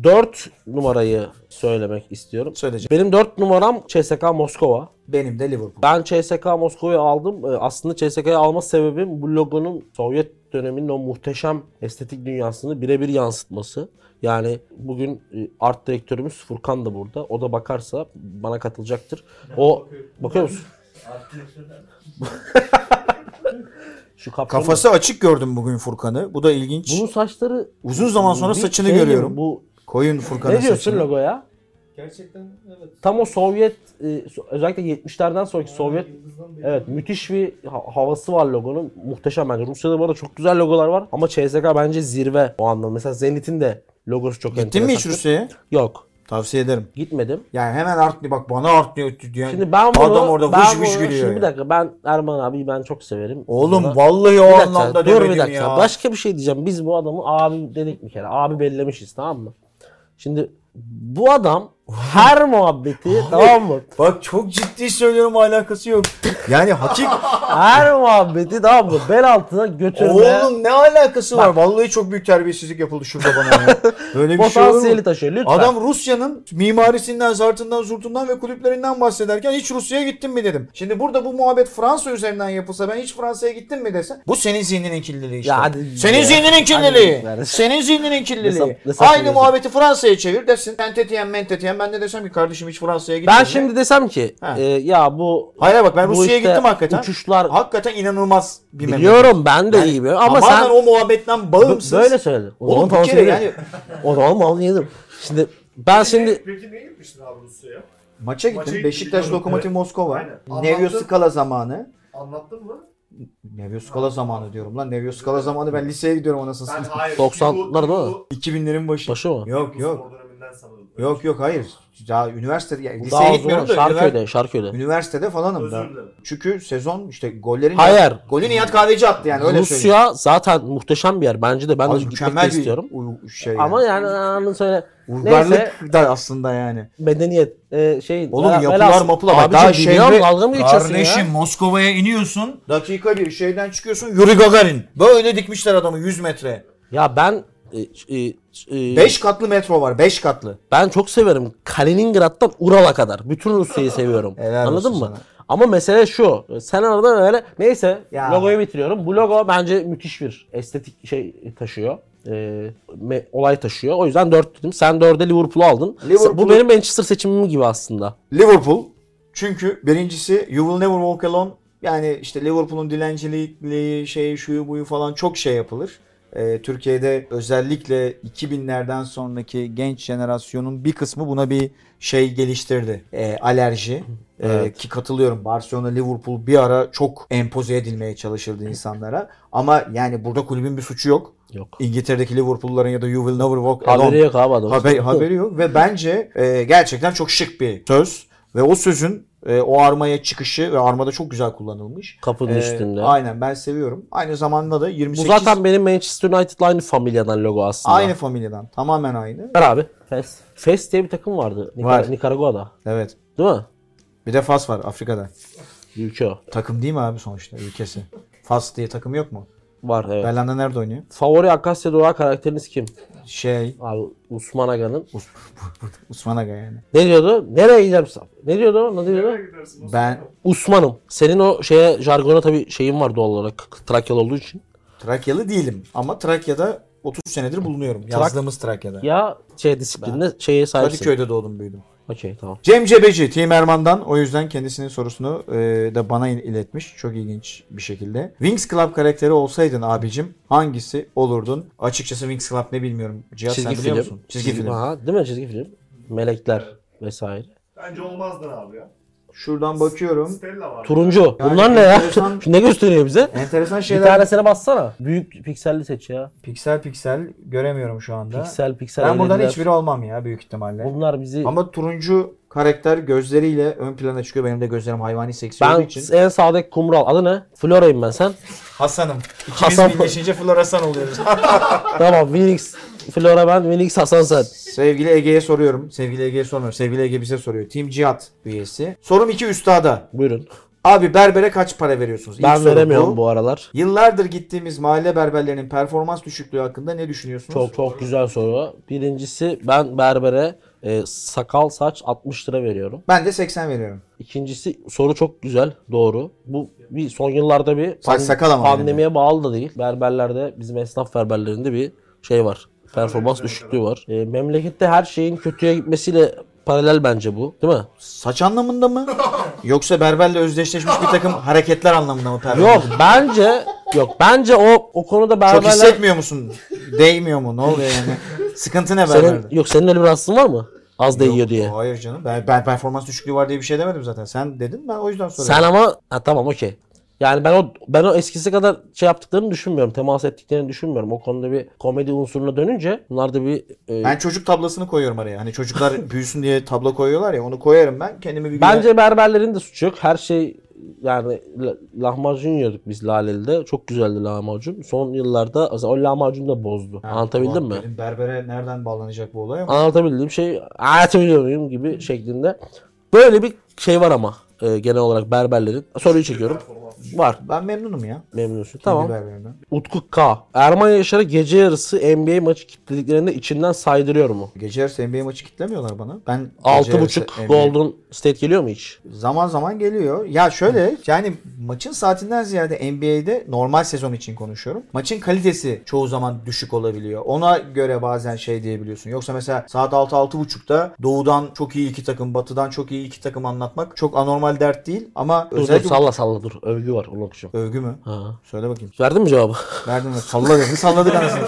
Speaker 1: 4 numarayı söylemek istiyorum.
Speaker 3: Söyleyeceğim.
Speaker 1: Benim 4 numaram CSK Moskova.
Speaker 3: Benim de Liverpool.
Speaker 1: Ben CSK Moskova'yı aldım. Ee, Aslında CSK'yı alma sebebim bu logonun Sovyet döneminin o muhteşem estetik dünyasını birebir yansıtması. Yani bugün e, art direktörümüz Furkan da burada. O da bakarsa bana katılacaktır. O bakıyor musun? Şu kaptanın-
Speaker 3: Kafası açık gördüm bugün Furkan'ı. Bu da ilginç.
Speaker 1: Bunun saçları
Speaker 3: Uzun zaman sonra
Speaker 1: Bir
Speaker 3: saçını
Speaker 1: şey
Speaker 3: görüyorum.
Speaker 1: Bu
Speaker 3: Koyun Furkan'ın
Speaker 1: ne diyorsun
Speaker 3: saçını.
Speaker 1: logoya?
Speaker 5: Gerçekten evet.
Speaker 1: Tam o Sovyet e, so- özellikle 70'lerden sonraki Sovyet
Speaker 5: Yıldızdan belli.
Speaker 1: Evet müthiş bir ha- havası var logonun. Muhteşem bence. Rusya'da bu arada çok güzel logolar var. Ama CSK bence zirve o anlamda. Mesela Zenit'in de logosu çok
Speaker 3: Gittin mi hiç
Speaker 1: enteresan.
Speaker 3: Rusya'ya?
Speaker 1: Yok.
Speaker 3: Tavsiye ederim.
Speaker 1: Gitmedim.
Speaker 3: Yani hemen artlı bak bana artlıyor diyor.
Speaker 1: Şimdi ben bunu...
Speaker 3: Adam orada
Speaker 1: ben
Speaker 3: vış vış
Speaker 1: bunu-
Speaker 3: gülüyor.
Speaker 1: Şimdi bir
Speaker 3: ya.
Speaker 1: dakika ben Erman abi ben çok severim.
Speaker 3: Oğlum
Speaker 1: Bana-
Speaker 3: vallahi o
Speaker 1: Bir dakika,
Speaker 3: anlamda
Speaker 1: dur
Speaker 3: demedim
Speaker 1: bir dakika.
Speaker 3: ya.
Speaker 1: Başka bir şey diyeceğim. Biz bu adamı abi dedik bir kere. Abi bellemişiz tamam mı? Şimdi bu adam her muhabbeti tamam mı?
Speaker 2: Bak çok ciddi söylüyorum alakası yok.
Speaker 1: *laughs*
Speaker 3: Yani hakik
Speaker 1: Her muhabbeti tamam mı? Bel altına götürme.
Speaker 3: oğlum şey ne alakası var? Vallahi çok büyük terbiyesizlik yapıldı şurada bana
Speaker 1: *laughs*
Speaker 3: ya. Böyle bir şey olur mu?
Speaker 1: Potansiyeli taşıyor. Lütfen.
Speaker 3: Adam Rusya'nın mimarisinden, zartından, zurtundan ve kulüplerinden bahsederken hiç Rusya'ya gittin mi dedim. Şimdi burada bu muhabbet Fransa üzerinden yapılsa ben hiç Fransa'ya gittim mi desen bu senin zihninin kirliliği işte.
Speaker 1: Ya hadi
Speaker 3: senin
Speaker 1: ya.
Speaker 3: zihninin kirliliği.
Speaker 1: Hadi.
Speaker 3: senin zihninin kirliliği.
Speaker 1: Ne sap- ne
Speaker 3: Aynı
Speaker 1: saplıyorsun?
Speaker 3: muhabbeti Fransa'ya çevir desin. Tentetiyen mentetiyen ben de desem ki kardeşim hiç Fransa'ya gittim
Speaker 1: Ben şimdi desem ki
Speaker 3: Ha.
Speaker 1: e, ya bu
Speaker 3: Hayır bak ben
Speaker 1: bu
Speaker 3: Rusya'ya
Speaker 1: işte
Speaker 3: gittim hakikaten.
Speaker 1: Uçuşlar
Speaker 3: Hakikaten inanılmaz bir memleket.
Speaker 1: biliyorum ben de iyi biliyorum ama
Speaker 3: Tamamen
Speaker 1: sen
Speaker 3: o muhabbetten bağımsız.
Speaker 1: bö- böyle söyledin. O
Speaker 3: Oğlum
Speaker 1: zaman
Speaker 3: bir kere
Speaker 1: tamam
Speaker 3: yani
Speaker 1: *laughs* O zaman mal yedim. Şimdi ben şimdi
Speaker 4: Peki niye gitmiştin abi Rusya'ya?
Speaker 3: maça
Speaker 4: Maça
Speaker 3: gittim.
Speaker 4: gittim,
Speaker 3: Beşiktaş
Speaker 4: biliyorum.
Speaker 3: Lokomotiv Moskova.
Speaker 4: Aynen.
Speaker 3: Nevio
Speaker 4: Anlattın.
Speaker 3: Skala zamanı.
Speaker 4: Anlattın mı?
Speaker 3: Nevio Skala zamanı diyorum lan. Nevio Skala zamanı ben liseye gidiyorum anasını
Speaker 4: Ben
Speaker 3: satayım.
Speaker 4: hayır.
Speaker 1: 90'lar değil mi?
Speaker 4: Yugo-
Speaker 3: 2000'lerin başı.
Speaker 1: başı mı?
Speaker 3: Yok yok.
Speaker 4: Spor döneminden sanırım.
Speaker 3: Yok yok hayır. Daha üniversite yani
Speaker 1: Bu
Speaker 3: liseye
Speaker 1: daha zor.
Speaker 3: gitmiyorum da ünivers-
Speaker 1: Şarköy'de, Şarköy'de.
Speaker 3: üniversitede falanım da.
Speaker 4: Özür dilerim.
Speaker 3: Çünkü sezon işte gollerin
Speaker 1: Hayır.
Speaker 3: golü Nihat Kahveci attı yani öyle söyleyeyim.
Speaker 1: Rusya zaten muhteşem bir yer. Bence de ben
Speaker 3: Abi
Speaker 1: de gitmek de
Speaker 3: mükemmel bir
Speaker 1: istiyorum.
Speaker 3: uy- şey. yani.
Speaker 1: Ama yani anını söyle
Speaker 3: Uygarlık
Speaker 1: Neyse.
Speaker 3: da aslında yani.
Speaker 1: medeniyet e, şey
Speaker 3: Oğlum
Speaker 1: bela-
Speaker 3: yapılar
Speaker 1: belası.
Speaker 3: mapılar. Bak
Speaker 1: Abicim,
Speaker 3: daha
Speaker 1: dünya
Speaker 3: şehre-
Speaker 1: dalga mı geçiyorsun ya?
Speaker 3: Moskova'ya iniyorsun. Dakika bir şeyden çıkıyorsun. Yuri Gagarin. Böyle dikmişler adamı 100 metre.
Speaker 1: Ya ben e, e, e,
Speaker 3: 5 katlı metro var 5 katlı.
Speaker 1: Ben çok severim. Kaliningrad'dan Ural'a kadar. Bütün Rusya'yı seviyorum.
Speaker 3: *laughs* Helal
Speaker 1: Anladın mı?
Speaker 3: olsun sana.
Speaker 1: Ama mesele şu. Sen arada öyle neyse
Speaker 3: Ya.
Speaker 1: logoyu bitiriyorum. Bu logo bence müthiş bir estetik şey taşıyor. Ee, me- olay taşıyor. O yüzden 4 dedim. Sen 4'e Liverpool'u aldın.
Speaker 3: Liverpool'u-
Speaker 1: Bu benim Manchester seçimim gibi aslında.
Speaker 3: Liverpool. Çünkü birincisi You Will Never Walk Alone. Yani işte Liverpool'un dilenciliği, şey şuyu buyu falan çok şey yapılır. Ee, Türkiye'de özellikle 2000'lerden sonraki genç jenerasyonun bir kısmı buna bir şey geliştirdi. Ee, alerji. Ee,
Speaker 1: Evet.
Speaker 3: ki katılıyorum Barcelona Liverpool bir ara çok empoze edilmeye çalışıldı insanlara. Ama yani burada kulübün bir suçu yok.
Speaker 1: Yok.
Speaker 3: İngiltere'deki Liverpool'ların ya da You Will Never Walk Alone
Speaker 1: Haberi yok *laughs* abi adamın.
Speaker 3: Haber, haberi yok ve bence e, gerçekten çok şık bir söz ve o sözün E, o armaya çıkışı ve armada çok güzel kullanılmış.
Speaker 1: Kapının
Speaker 3: E,
Speaker 1: üstünde.
Speaker 3: Aynen ben seviyorum. Aynı zamanda da
Speaker 1: Bu
Speaker 3: 28
Speaker 1: zaten benim Manchester United'la aynı familyadan logo aslında.
Speaker 3: aynı familyadan. Tamamen aynı.
Speaker 1: Ver abi. Fes. Fes diye bir takım vardı. Nikar-
Speaker 3: Var.
Speaker 1: Nikaragua'da.
Speaker 3: Evet.
Speaker 1: Değil mi?
Speaker 3: Bir de Fas var Afrika'da.
Speaker 1: Ülke o.
Speaker 3: Takım değil mi abi sonuçta ülkesi? Fas diye takım yok mu?
Speaker 1: Var evet.
Speaker 3: Belhanda nerede oynuyor?
Speaker 1: Favori Akasya Durağı karakteriniz kim?
Speaker 3: Şey
Speaker 1: Abi Usman Aga'nın.
Speaker 3: Osman Aga yani.
Speaker 1: Ne diyordu? Nereye gidersin? Ne diyordu? Ne diyordu?
Speaker 4: Nereye gidersin? Osman?
Speaker 3: Ben
Speaker 1: Usman'ım. Senin o şeye jargona tabii şeyin var doğal olarak. Trakyalı olduğu için.
Speaker 3: Trakyalı değilim ama Trakya'da 30 senedir bulunuyorum. Yazdığımız Trakya'da.
Speaker 1: Ya şey disiplinde şeye sahipsin.
Speaker 3: Kadıköy'de doğdum büyüdüm.
Speaker 1: Okey tamam.
Speaker 3: Cem Cebeci Tim Erman'dan o yüzden kendisinin sorusunu e, da bana il- iletmiş. Çok ilginç bir şekilde. Wings Club karakteri olsaydın abicim hangisi olurdun? Açıkçası Wings Club ne bilmiyorum. Cihat sen biliyor musun? Çizgi film.
Speaker 1: Aha, değil mi çizgi film? Melekler vesaire.
Speaker 4: Bence olmazdın abi ya.
Speaker 3: Şuradan bakıyorum.
Speaker 4: Stella var.
Speaker 1: Turuncu.
Speaker 3: Yani
Speaker 1: Bunlar ne ya?
Speaker 3: enteresan-
Speaker 1: *laughs* ne gösteriyor bize?
Speaker 3: Enteresan
Speaker 1: Bir
Speaker 3: şeyler.
Speaker 1: tanesine bassana. Büyük pikselli seç ya.
Speaker 3: Piksel piksel göremiyorum şu anda.
Speaker 1: Piksel piksel.
Speaker 3: ben buradan
Speaker 1: eğlendiler.
Speaker 3: hiçbiri olmam ya büyük ihtimalle.
Speaker 1: Bunlar bizi...
Speaker 3: Ama turuncu karakter gözleriyle ön plana çıkıyor. Benim de gözlerim hayvani seksi
Speaker 1: ben
Speaker 3: olduğu için.
Speaker 1: en sağdaki kumral. Adı ne? Flora'yım ben sen.
Speaker 3: Hasan'ım. İkimiz
Speaker 1: Hasan-
Speaker 3: birleşince Flor Hasan oluyoruz.
Speaker 1: tamam Phoenix. Flora ben. Phoenix Hasan sen.
Speaker 3: Sevgili Ege'ye soruyorum. Sevgili Ege'ye sormuyorum. Sevgili Ege bize soruyor. Team Cihat üyesi. Sorum iki üstada.
Speaker 1: Buyurun.
Speaker 3: Abi berbere kaç para veriyorsunuz? İlk
Speaker 1: Ben
Speaker 3: sorum
Speaker 1: veremiyorum bu. aralar.
Speaker 3: Yıllardır gittiğimiz mahalle berberlerinin performans düşüklüğü hakkında ne düşünüyorsunuz?
Speaker 1: Çok çok güzel soru. Birincisi ben berbere e, sakal saç 60 lira veriyorum.
Speaker 3: Ben de 80 veriyorum.
Speaker 1: İkincisi soru çok güzel, doğru. Bu bir son yıllarda bir
Speaker 3: Saç sakal ama
Speaker 1: pandemiye bağlı da değil. Berberlerde bizim esnaf berberlerinde bir şey var. Performans düşüklüğü var. E, memlekette her şeyin kötüye gitmesiyle paralel bence bu, değil mi?
Speaker 3: Saç anlamında mı? Yoksa berberle özdeşleşmiş bir takım hareketler anlamında mı performans?
Speaker 1: Yok bence yok bence o o konuda
Speaker 3: Çok
Speaker 1: berberler
Speaker 3: hissetmiyor musun? Değmiyor mu? Ne oluyor
Speaker 1: *laughs*
Speaker 3: yani? Sıkıntı ne berberde?
Speaker 1: senin yok senin öyle bir rahatsızlığın var mı? Az değiyor
Speaker 3: Yok,
Speaker 1: diye.
Speaker 3: Hayır canım. Ben, ben performans düşüklüğü var diye bir şey demedim zaten. Sen dedin ben o yüzden soruyorum.
Speaker 1: Sen ama ha, tamam okey. Yani ben o ben o eskisi kadar şey yaptıklarını düşünmüyorum. Temas ettiklerini düşünmüyorum. O konuda bir komedi unsuruna dönünce bunlar da bir e,
Speaker 3: Ben çocuk tablasını koyuyorum araya.
Speaker 1: *laughs*
Speaker 3: Hani çocuklar büyüsün diye tablo koyuyorlar ya onu koyarım ben. Kendimi bir güne-
Speaker 1: Bence berberlerin de suçu yok. Her şey yani la- lahmacun yiyorduk biz Laleli'de. Çok güzeldi lahmacun. Son yıllarda aslında o lahmacun da bozdu.
Speaker 3: Ha,
Speaker 1: Anlatabildim
Speaker 3: ulan
Speaker 1: mi?
Speaker 3: dedim, Berbere nereden bağlanacak bu olay ama.
Speaker 1: Anlatabildiğim şey anlatabiliyor muyum gibi şeklinde. Böyle bir şey var ama e, genel olarak berberlerin. Soruyu çekiyorum. Var.
Speaker 3: Ben memnunum ya.
Speaker 1: Memnunsun.
Speaker 3: Tamam.
Speaker 1: Tamam. Utku K. Erman Yaşar'a gece yarısı NBA maçı kilitlediklerinde içinden saydırıyor mu?
Speaker 3: Gece yarısı NBA maçı kitlemiyorlar bana. Ben gece yarısı
Speaker 1: 6.5
Speaker 3: NBA
Speaker 1: Golden State geliyor mu hiç?
Speaker 3: Zaman zaman geliyor. Ya şöyle yani maçın saatinden ziyade NBA'de normal sezon için konuşuyorum. Maçın kalitesi çoğu zaman düşük olabiliyor. Ona göre bazen şey diyebiliyorsun. Yoksa mesela saat 6-6.30'da doğudan çok iyi iki takım, batıdan çok iyi iki takım anlatmak çok anormal dert değil. Ama
Speaker 1: Dur, dur,
Speaker 3: özellikle...
Speaker 1: salla salla dur. Övgü var. Onu okuyacağım.
Speaker 3: Övgü mü?
Speaker 1: Ha.
Speaker 3: Söyle bakayım.
Speaker 1: Verdin mi cevabı? *laughs*
Speaker 3: Verdin mi? Salla dedi. Salladık anasını.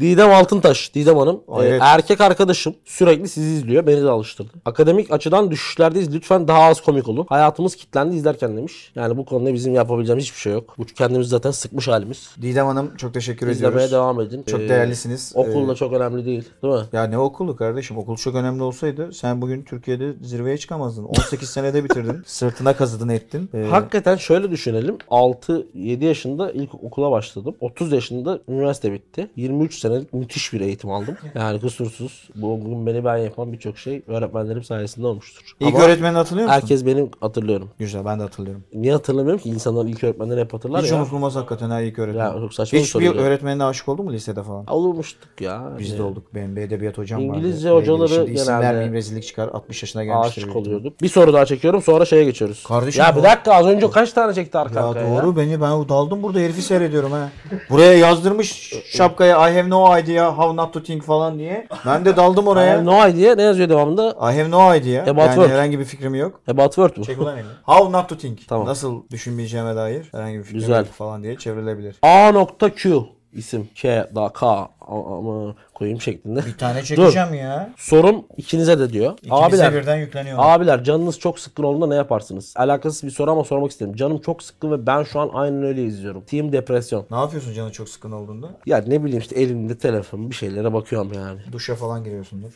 Speaker 1: Didem Altıntaş, Didem Hanım.
Speaker 3: Ay,
Speaker 1: e,
Speaker 3: evet.
Speaker 1: erkek arkadaşım sürekli sizi izliyor. Beni de alıştırdı. Akademik açıdan düşüşlerdeyiz. Lütfen daha az komik olun. Hayatımız kilitlendi izlerken demiş. Yani bu konuda bizim yapabileceğimiz hiçbir şey yok. Bu kendimiz zaten sıkmış halimiz.
Speaker 3: Didem Hanım çok teşekkür
Speaker 1: İzlemeye
Speaker 3: ediyoruz.
Speaker 1: devam edin.
Speaker 3: Çok
Speaker 1: Ee,
Speaker 3: değerlisiniz.
Speaker 1: Okul da
Speaker 3: Ee,
Speaker 1: çok önemli değil. Değil mi?
Speaker 3: Ya ne okulu kardeşim? Okul çok önemli olsaydı sen bugün Türkiye'de zirveye çıkamazdın. 18 senede bitirdin.
Speaker 1: *laughs*
Speaker 3: Sırtına kazıdın ettin. Ee,
Speaker 1: Hakikaten şöyle düşünelim. 6-7 yaşında ilk okula başladım. 30 yaşında üniversite bitti. 23 senelik müthiş bir eğitim
Speaker 3: *laughs*
Speaker 1: aldım. Yani kusursuz. Bugün beni ben yapan birçok şey öğretmenlerim sayesinde olmuştur.
Speaker 3: İlk
Speaker 1: Ama
Speaker 3: öğretmenini hatırlıyor musun?
Speaker 1: herkes benim hatırlıyorum.
Speaker 3: Güzel ben de hatırlıyorum.
Speaker 1: Niye hatırlamıyorum ki insanlar ilk öğretmenleri hep hatırlar
Speaker 3: Hiç
Speaker 1: ya.
Speaker 3: unutulmaz hakikaten ha ilk öğretmen.
Speaker 1: Ya çok saçma bir soru.
Speaker 3: Hiçbir
Speaker 1: ya.
Speaker 3: öğretmenine aşık oldun mu lisede falan?
Speaker 1: Olmuştuk ya. Ee,
Speaker 3: Biz
Speaker 1: Yani
Speaker 3: de olduk. Benim bir edebiyat hocam
Speaker 1: İngilizce
Speaker 3: vardı. Ee,
Speaker 1: hocaları
Speaker 3: Şimdi isim
Speaker 1: genelde
Speaker 3: vermeyeyim rezillik çıkar. 60 yaşına gelmiştir.
Speaker 1: Aşık
Speaker 3: büyük ihtimal.
Speaker 1: oluyorduk. Bir soru daha çekiyorum sonra şeye geçiyoruz.
Speaker 3: Kardeşim
Speaker 1: ya bir
Speaker 3: bu-
Speaker 1: dakika az önce kaç tane çekti arka
Speaker 3: Ya
Speaker 1: arkaya
Speaker 3: doğru
Speaker 1: ya?
Speaker 3: beni ben daldım burada herifi seyrediyorum ha. Buraya yazdırmış şapkaya I have no idea how not to think falan diye. Ben de daldım
Speaker 1: I
Speaker 3: oraya.
Speaker 1: have no idea ne yazıyor devamında?
Speaker 3: I have no idea.
Speaker 1: About
Speaker 3: yani
Speaker 1: work.
Speaker 3: herhangi bir fikrim yok.
Speaker 1: About word mu?
Speaker 3: Çek ulan elini. *laughs* How not to think.
Speaker 1: Tamam.
Speaker 3: Nasıl düşünmeyeceğime dair herhangi bir fikrim
Speaker 1: Güzel.
Speaker 3: yok falan diye çevrilebilir.
Speaker 1: A.Q isim. K daha K a- ama koyayım şeklinde.
Speaker 3: Bir tane
Speaker 1: çekeceğim
Speaker 3: ya.
Speaker 1: Sorum ikinize de diyor. Abiler
Speaker 3: birden yükleniyor.
Speaker 1: Abiler canınız çok sıkkın olduğunda ne yaparsınız? Alakasız bir soru ama sormak istedim. Canım çok sıkkın ve ben şu an aynen öyle izliyorum. Team depresyon.
Speaker 3: Ne yapıyorsun canı çok sıkın olduğunda?
Speaker 1: Ya ne bileyim işte elimde telefon bir şeylere bakıyorum yani.
Speaker 3: Duşa falan giriyorsundur.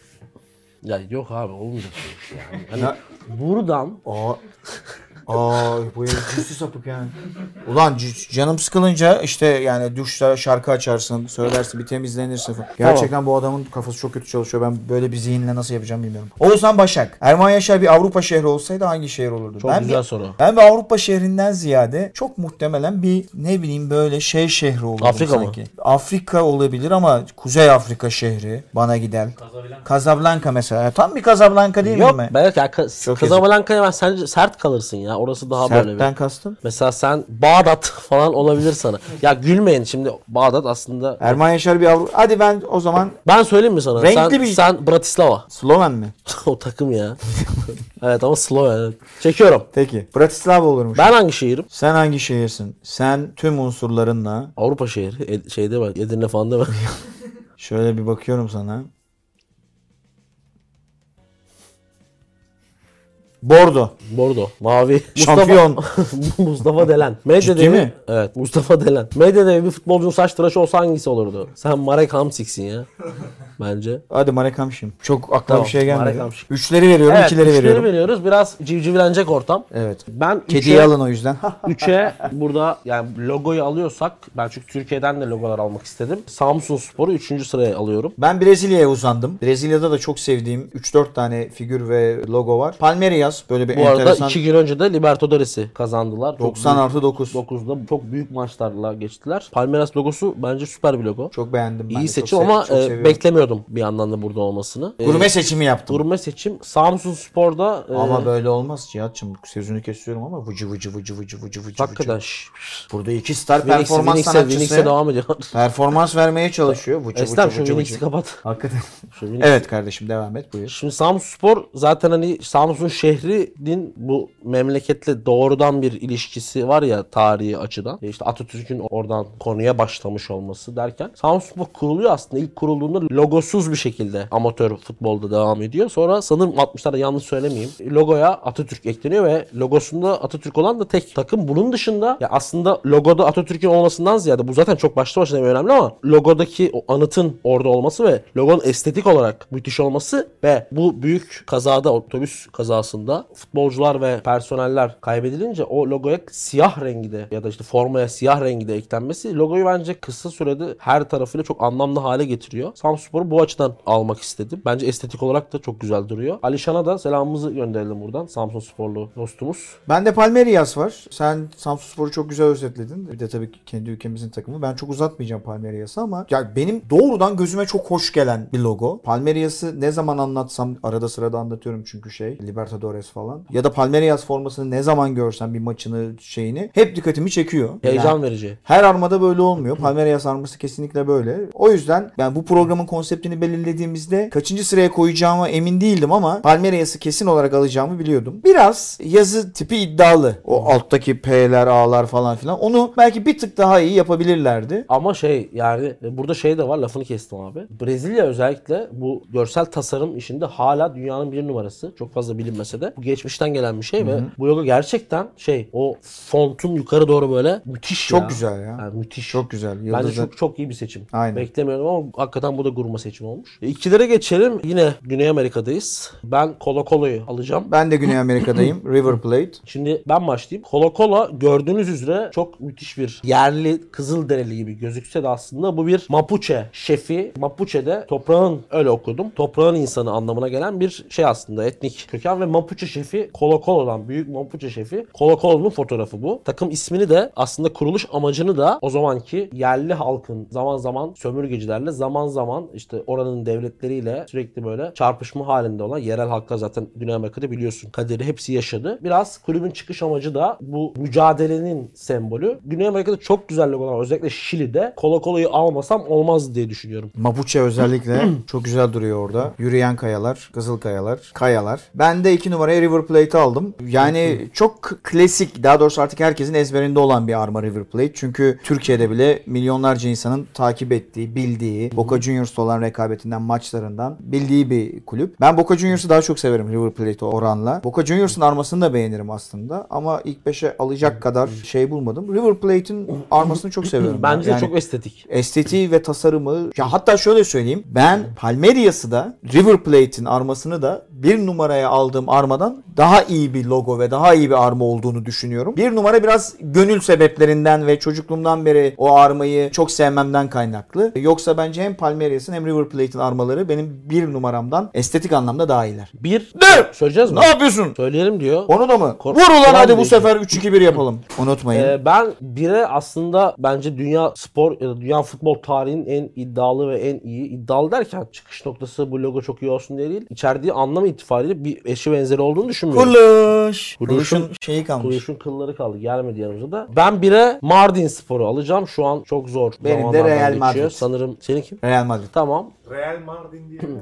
Speaker 1: Ya yok abi olmayacak şey yani. Hani
Speaker 3: Ya-
Speaker 1: buradan
Speaker 3: Aa, aa bu herif cüssü sapık yani. Ulan c- canım sıkılınca işte yani duşta şarkı açarsın, söylersin, bir temizlenirsin falan. Gerçekten bu adamın kafası çok kötü çalışıyor. Ben böyle bir zihinle nasıl yapacağım bilmiyorum. Oğuzhan Başak. Erman Yaşar bir Avrupa şehri olsaydı hangi şehir olurdu?
Speaker 1: çok
Speaker 3: ben
Speaker 1: güzel
Speaker 3: bir,
Speaker 1: soru.
Speaker 3: ben bir Avrupa şehrinden ziyade çok muhtemelen bir ne bileyim böyle şey şehri olurdu
Speaker 1: Afrika mı?
Speaker 3: sanki. Afrika olabilir ama Kuzey Afrika şehri bana gider. Casablanca mesela. Tam bir Casablanca değil
Speaker 1: Yok
Speaker 3: mi?
Speaker 1: belki ya, Ka-
Speaker 3: Çok
Speaker 1: Kazablanka'ya ben sence sert kalırsın ya. Orası daha böyle bir.
Speaker 3: Sertten kastım.
Speaker 1: Mesela sen Bağdat *laughs* falan olabilir sana. Ya gülmeyin şimdi Bağdat aslında.
Speaker 3: Erman Yaşar bir Avrupa. Hadi ben o zaman
Speaker 1: Ben söyleyeyim mi sana?
Speaker 3: Renkli
Speaker 1: sen,
Speaker 3: bir-
Speaker 1: sen Bratislava. *laughs*
Speaker 3: Sloven mi?
Speaker 1: o takım ya. *laughs* evet ama slow evet. Çekiyorum.
Speaker 3: Peki. Bratislava olurmuş.
Speaker 1: Ben hangi şehirim?
Speaker 3: Sen hangi şehirsin? Sen tüm unsurlarınla
Speaker 1: Avrupa şehri. E- şeyde bak Edirne falan deme.
Speaker 3: şöyle bir bakıyorum sana. Bordo.
Speaker 1: *laughs* Bordo. Mavi. *laughs*
Speaker 3: Şampiyon.
Speaker 1: Mustafa, Mustafa Delen. Medyada
Speaker 3: Ciddi mi?
Speaker 1: Evet Mustafa Delen. Medyada bir futbolcunun saç tıraşı olsa hangisi olurdu? Sen Marek Hamsik'sin ya. Bence.
Speaker 3: Hadi Marek Hamşim. Çok aklıma
Speaker 1: Tamam,
Speaker 3: bir şey
Speaker 1: Marek
Speaker 3: gelmedi.
Speaker 1: Hamşik.
Speaker 3: üçleri veriyorum,
Speaker 1: Evet,
Speaker 3: ikileri
Speaker 1: üçleri
Speaker 3: veriyorum.
Speaker 1: veriyoruz. Biraz civcivlenecek ortam.
Speaker 3: Evet.
Speaker 1: Ben
Speaker 3: Kediyi
Speaker 1: üçe-
Speaker 3: alın o yüzden.
Speaker 1: 3'e burada yani logoyu alıyorsak ben çünkü Türkiye'den de logolar almak istedim. Samsun Spor'u 3. sıraya alıyorum.
Speaker 3: Ben Brezilya'ya uzandım. Brezilya'da da çok sevdiğim 3-4 tane figür ve logo var. Palmeiras böyle bir
Speaker 1: Bu arada
Speaker 3: enteresan
Speaker 1: 2 gün önce de Libertadores'i kazandılar. Çok
Speaker 3: 90 artı 9.
Speaker 1: büyük- 9'da çok büyük maçlarla geçtiler. Palmeiras logosu bence süper bir logo.
Speaker 3: Çok beğendim ben. de,
Speaker 1: İyi
Speaker 3: çok
Speaker 1: seçim
Speaker 3: sev-
Speaker 1: ama
Speaker 3: çok
Speaker 1: e,
Speaker 3: seviyorum.
Speaker 1: beklemiyordum bir yandan da burada olmasını. E,
Speaker 3: Gurme seçimi yaptım.
Speaker 1: Gurme seçim Samsun Spor'da e,
Speaker 3: Ama böyle olmaz Cihat'cığım. Sözünü kesiyorum ama vıcı vıcı vıcı vıcı vıcı vıcı.
Speaker 1: hakikaten
Speaker 3: vıcı.
Speaker 1: şş,
Speaker 3: Burada iki star
Speaker 1: Winx'e
Speaker 3: performans
Speaker 1: Winx'e-
Speaker 3: sanatçısı
Speaker 1: Winx'e devam ediyor.
Speaker 3: performans vermeye çalışıyor. Vıcı
Speaker 1: Esnaf şu
Speaker 3: vıcı vıcı
Speaker 1: Winx'i
Speaker 3: vıcı.
Speaker 1: kapat.
Speaker 3: Hakikaten. *laughs*
Speaker 1: Şu Winx-
Speaker 3: Evet kardeşim devam et buyur.
Speaker 1: Şimdi Samsun Spor zaten hani Samsun şehrinin bu memleketle doğrudan bir ilişkisi var ya tarihi açıdan. E İşte Atatürk'ün oradan konuya başlamış olması derken Samsun Spor kuruluyor aslında. İlk kurulduğunda logosuz bir şekilde amatör futbolda devam ediyor. Sonra sanırım 60'larda yanlış söylemeyeyim. Logoya Atatürk ekleniyor ve logosunda Atatürk olan da tek takım. Bunun dışında ya aslında logoda Atatürk'ün olmasından ziyade bu zaten çok başlı başına bir önemli ama logodaki o anıtın orada olması ve logonun estetik olarak müthiş olması ve bu büyük kazada otobüs kazasında futbolcular ve personeller kaybedilince o logoya siyah rengi de ya da işte formaya siyah rengi de eklenmesi logoyu bence kısa sürede her tarafıyla çok anlamlı hale getiriyor. Samspor'u bu açıdan almak istedim. Bence estetik olarak da çok güzel duruyor. Alişan'a da selamımızı gönderelim buradan. Samsun Sporlu dostumuz.
Speaker 3: Bende Palmeiras var. Sen Samsunspor'u çok güzel özetledin. Bir de tabii ki kendi ülkemizin takımı. Ben çok uzatmayacağım Palmeiras'ı ama ya benim doğrudan gözüme çok hoş gelen bir logo. Palmeiras'ı ne zaman anlatsam arada sırada anlatıyorum çünkü şey Libertadores falan. Ya da Palmeiras formasını ne zaman görsem bir maçını şeyini hep dikkatimi çekiyor.
Speaker 1: Heyecan
Speaker 3: Yani-
Speaker 1: verici.
Speaker 3: Her armada böyle olmuyor. Palmeiras arması kesinlikle böyle. O yüzden yani bu programın konseptini belirlediğimizde kaçıncı sıraya koyacağıma emin değildim ama Palmeiras'ı kesin olarak alacağımı biliyordum. Biraz yazı tipi iddialı. O alttaki P'ler, A'lar falan filan. Onu belki bir tık daha iyi yapabilirlerdi.
Speaker 1: Ama şey yani burada şey de var lafını kestim abi. Brezilya özellikle bu görsel tasarım işinde hala dünyanın bir numarası. Çok fazla bilinmese de. Bu geçmişten gelen bir şey ve bu logo gerçekten şey o fontun yukarı doğru böyle müthiş
Speaker 3: Çok
Speaker 1: ya.
Speaker 3: güzel ya.
Speaker 1: Yani müthiş.
Speaker 3: Çok güzel.
Speaker 1: Bence
Speaker 3: Yıldızlar.
Speaker 1: çok, çok iyi bir seçim.
Speaker 3: Aynen.
Speaker 1: Beklemiyordum ama hakikaten bu da gurme seçim olmuş. E, İkilere geçelim. Yine Güney Amerika'dayız. Ben Cola Cola'yı alacağım.
Speaker 3: Ben de
Speaker 1: *laughs*
Speaker 3: Güney Amerika'dayım. River Plate.
Speaker 1: Şimdi ben başlayayım. Cola Cola gördüğünüz üzere çok müthiş bir yerli Kızılderili gibi gözükse de aslında bu bir Mapuche şefi. Mapuche de toprağın öyle okudum. Toprağın insanı anlamına gelen bir şey aslında etnik köken ve Mapuche şefi Cola Cola'dan büyük Mapuche şefi Cola Cola'nın fotoğrafı bu. Takım ismini de aslında kuruluş amacını da o zamanki yerli halkın zaman zaman sömürgecilerle zaman zaman işte oranın devletleriyle sürekli böyle çarpışma halinde olan yerel halklar zaten Güney Amerika'da biliyorsun kaderi hepsi yaşadı. Biraz kulübün çıkış amacı da bu mücadelenin sembolü. Güney Amerika'da çok güzel logolar var. Özellikle Şili'de Cola Cola'yı almasam olmaz diye düşünüyorum. *clears throat*
Speaker 3: Mapuche özellikle çok güzel duruyor orada. Yürüyen kayalar, kızıl kayalar, kayalar. Ben de iki numaraya River Plate aldım. Yani çok k- klasik, daha doğrusu artık herkesin ezberinde olan bir arma River Plate. Çünkü Türkiye'de bile milyonlarca insanın takip ettiği, bildiği, Boca Juniors'ta olan olan rekabetinden, maçlarından bildiği bir kulüp. Ben Boca Juniors'ı daha çok severim River Plate oranla. Boca Juniors'ın armasını da beğenirim aslında ama ilk 5'e alacak kadar şey bulmadım. River Plate'in
Speaker 1: *clears throat*
Speaker 3: armasını çok seviyorum. ben.
Speaker 1: Bence de
Speaker 3: Yani
Speaker 1: çok estetik.
Speaker 3: estetiği ve tasarımı ya hatta şöyle söyleyeyim ben Palmeiras'ı da River Plate'in armasını da bir numaraya aldığım armadan daha iyi bir logo ve daha iyi bir arma olduğunu düşünüyorum. Bir numara biraz gönül sebeplerinden ve çocukluğumdan beri o armayı çok sevmemden kaynaklı. Yoksa bence hem Palmeiras'ın hem River Plate'in armaları benim bir numaramdan estetik anlamda daha iyiler.
Speaker 1: Bir
Speaker 3: Ne?
Speaker 1: söyleyeceğiz mi?
Speaker 3: Ne yapıyorsun?
Speaker 1: Söyleyelim diyor.
Speaker 3: Onu da mı?
Speaker 1: Kor-
Speaker 3: Vur ulan
Speaker 1: Kur'an
Speaker 3: hadi bu
Speaker 1: değişim.
Speaker 3: sefer 3-2-1 yapalım. Unutmayın.
Speaker 1: Ee, ben bire aslında bence dünya spor ya da dünya futbol tarihinin en iddialı ve en iyi iddialı derken çıkış noktası bu logo çok iyi olsun diye değil. İçerdiği anlam itibariyle bir eşi benzeri olduğunu düşünmüyorum.
Speaker 3: Kuruluş.
Speaker 1: Kuruluşun-
Speaker 3: Kuruluşun şeyi kalmış.
Speaker 1: Kuruşun kılları kaldı. Gelmedi yanımıza da. Ben bire Mardin Spor'u alacağım. Şu an çok zor.
Speaker 3: Benim de
Speaker 1: zamanlardan
Speaker 3: Real
Speaker 1: geçiyor.
Speaker 3: Madrid.
Speaker 1: Sanırım senin kim?
Speaker 3: Real Madrid.
Speaker 1: Tamam.
Speaker 4: Real Mardin diye
Speaker 1: *laughs*
Speaker 4: mi?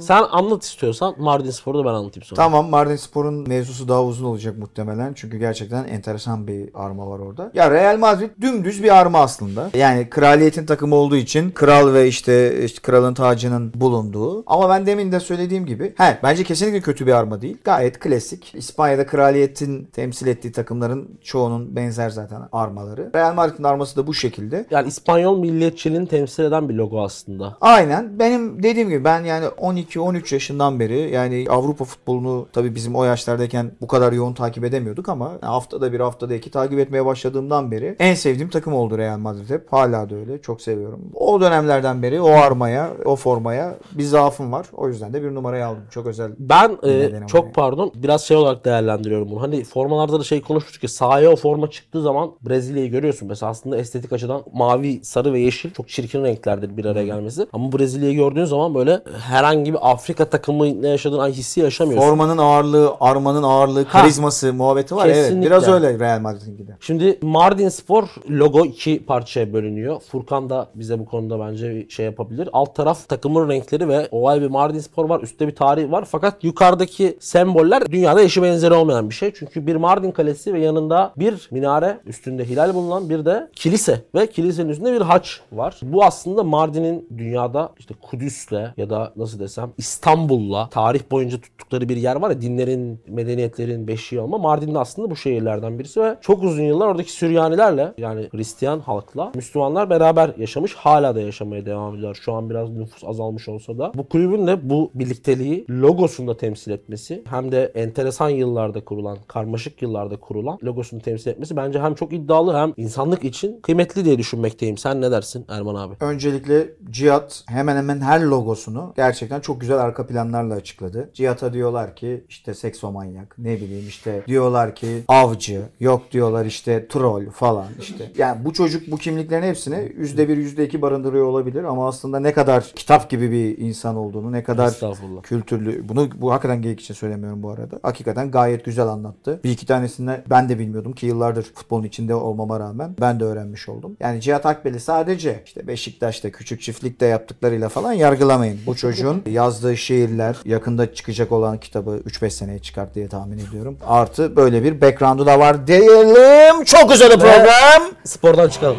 Speaker 1: Sen anlat istiyorsan Mardin Spor'u da ben anlatayım sonra.
Speaker 3: Tamam Mardin Spor'un mevzusu daha uzun olacak muhtemelen. Çünkü gerçekten enteresan bir arma var orada. Ya Real Madrid dümdüz bir arma aslında. Yani kraliyetin takımı olduğu için kral ve işte, işte kralın tacının bulunduğu. Ama ben demin de söylediğim gibi he bence kesinlikle kötü bir arma değil. Gayet klasik. İspanya'da kraliyetin temsil ettiği takımların çoğunun benzer zaten armaları. Real Madrid'in arması da bu şekilde.
Speaker 1: Yani İspanyol milliyetçiliğini temsil eden bir logo aslında.
Speaker 3: Aynen. Benim dediğim gibi ben yani 12-13 yaşından beri yani Avrupa futbolunu tabii bizim o yaşlardayken bu kadar yoğun takip edemiyorduk ama haftada bir haftada iki takip etmeye başladığımdan beri en sevdiğim takım oldu Real Madrid hep. Hala da öyle. Çok seviyorum. O dönemlerden beri o armaya, o formaya bir zaafım var. O yüzden de bir numarayı aldım. Çok özel.
Speaker 1: Ben e,
Speaker 3: Neden
Speaker 1: çok
Speaker 3: oraya?
Speaker 1: pardon biraz şey olarak değerlendiriyorum bunu. Hani formalarda da şey konuşmuştuk ki sahaya o forma çıktığı zaman Brezilya'yı görüyorsun. Mesela aslında estetik açıdan mavi, sarı ve yeşil çok çirkin renklerdir bir araya gelmesi. Ama Brezilya'yı gördüğün zaman böyle herhangi bir Afrika takımı ne yaşadığın ay hissi yaşamıyorsun.
Speaker 3: Formanın ağırlığı, armanın ağırlığı, karizması, muhabbeti var. Evet.
Speaker 1: Kesinlikle.
Speaker 3: Biraz öyle Real Madrid'inki de.
Speaker 1: Şimdi Mardin Spor logo iki parçaya bölünüyor. Furkan da bize bu konuda bence bir şey yapabilir. Alt taraf takımın renkleri ve oval bir Mardin Spor var. Üstte bir tarih var. Fakat yukarıdaki semboller dünyada eşi benzeri olmayan bir şey. Çünkü bir Mardin Kalesi ve yanında bir minare, üstünde hilal bulunan bir de kilise ve kilisenin üstünde bir haç var. Bu aslında Mardin'in dünyada işte Kudüs'le ya da nasıl desem İstanbul'la tarih boyunca tuttukları bir yer var ya dinlerin, medeniyetlerin beşiği olma. Mardin de aslında bu şehirlerden birisi ve çok uzun yıllar oradaki Süryanilerle yani Hristiyan halkla Müslümanlar beraber yaşamış. Hala da yaşamaya devam ediyorlar. Şu an biraz nüfus azalmış olsa da. Bu kulübün de bu birlikteliği logosunda temsil etmesi hem de enteresan yıllarda kurulan, karmaşık yıllarda kurulan logosunu temsil etmesi bence hem çok iddialı hem insanlık için kıymetli diye düşünmekteyim. Sen ne dersin Erman abi?
Speaker 3: Öncelikle Cihat hemen hemen her logosunu gerçekten çok güzel arka planlarla açıkladı. Cihat'a diyorlar ki işte seksomanyak ne bileyim işte diyorlar ki avcı yok diyorlar işte troll falan işte. Yani bu çocuk bu kimliklerin hepsini %1 %2 barındırıyor olabilir ama aslında ne kadar kitap gibi bir insan olduğunu ne kadar
Speaker 1: Estağfurullah.
Speaker 3: kültürlü. Bunu bu hakikaten geyik için söylemiyorum bu arada. Hakikaten gayet güzel anlattı. Bir iki tanesini ben de bilmiyordum ki yıllardır futbolun içinde olmama rağmen ben de öğrenmiş oldum. Yani Cihat Akbel'i sadece işte Beşiktaş'ta küçük çiftlikte yaptıklarıyla falan yargılamayın. Bu
Speaker 1: *laughs*
Speaker 3: çocuğun yazdığı şiirler yakında çıkacak olan kitabı 3-5 seneye çıkart diye tahmin ediyorum. Artı böyle bir background'u da var diyelim. Çok güzel bir program.
Speaker 1: Spordan çıkalım.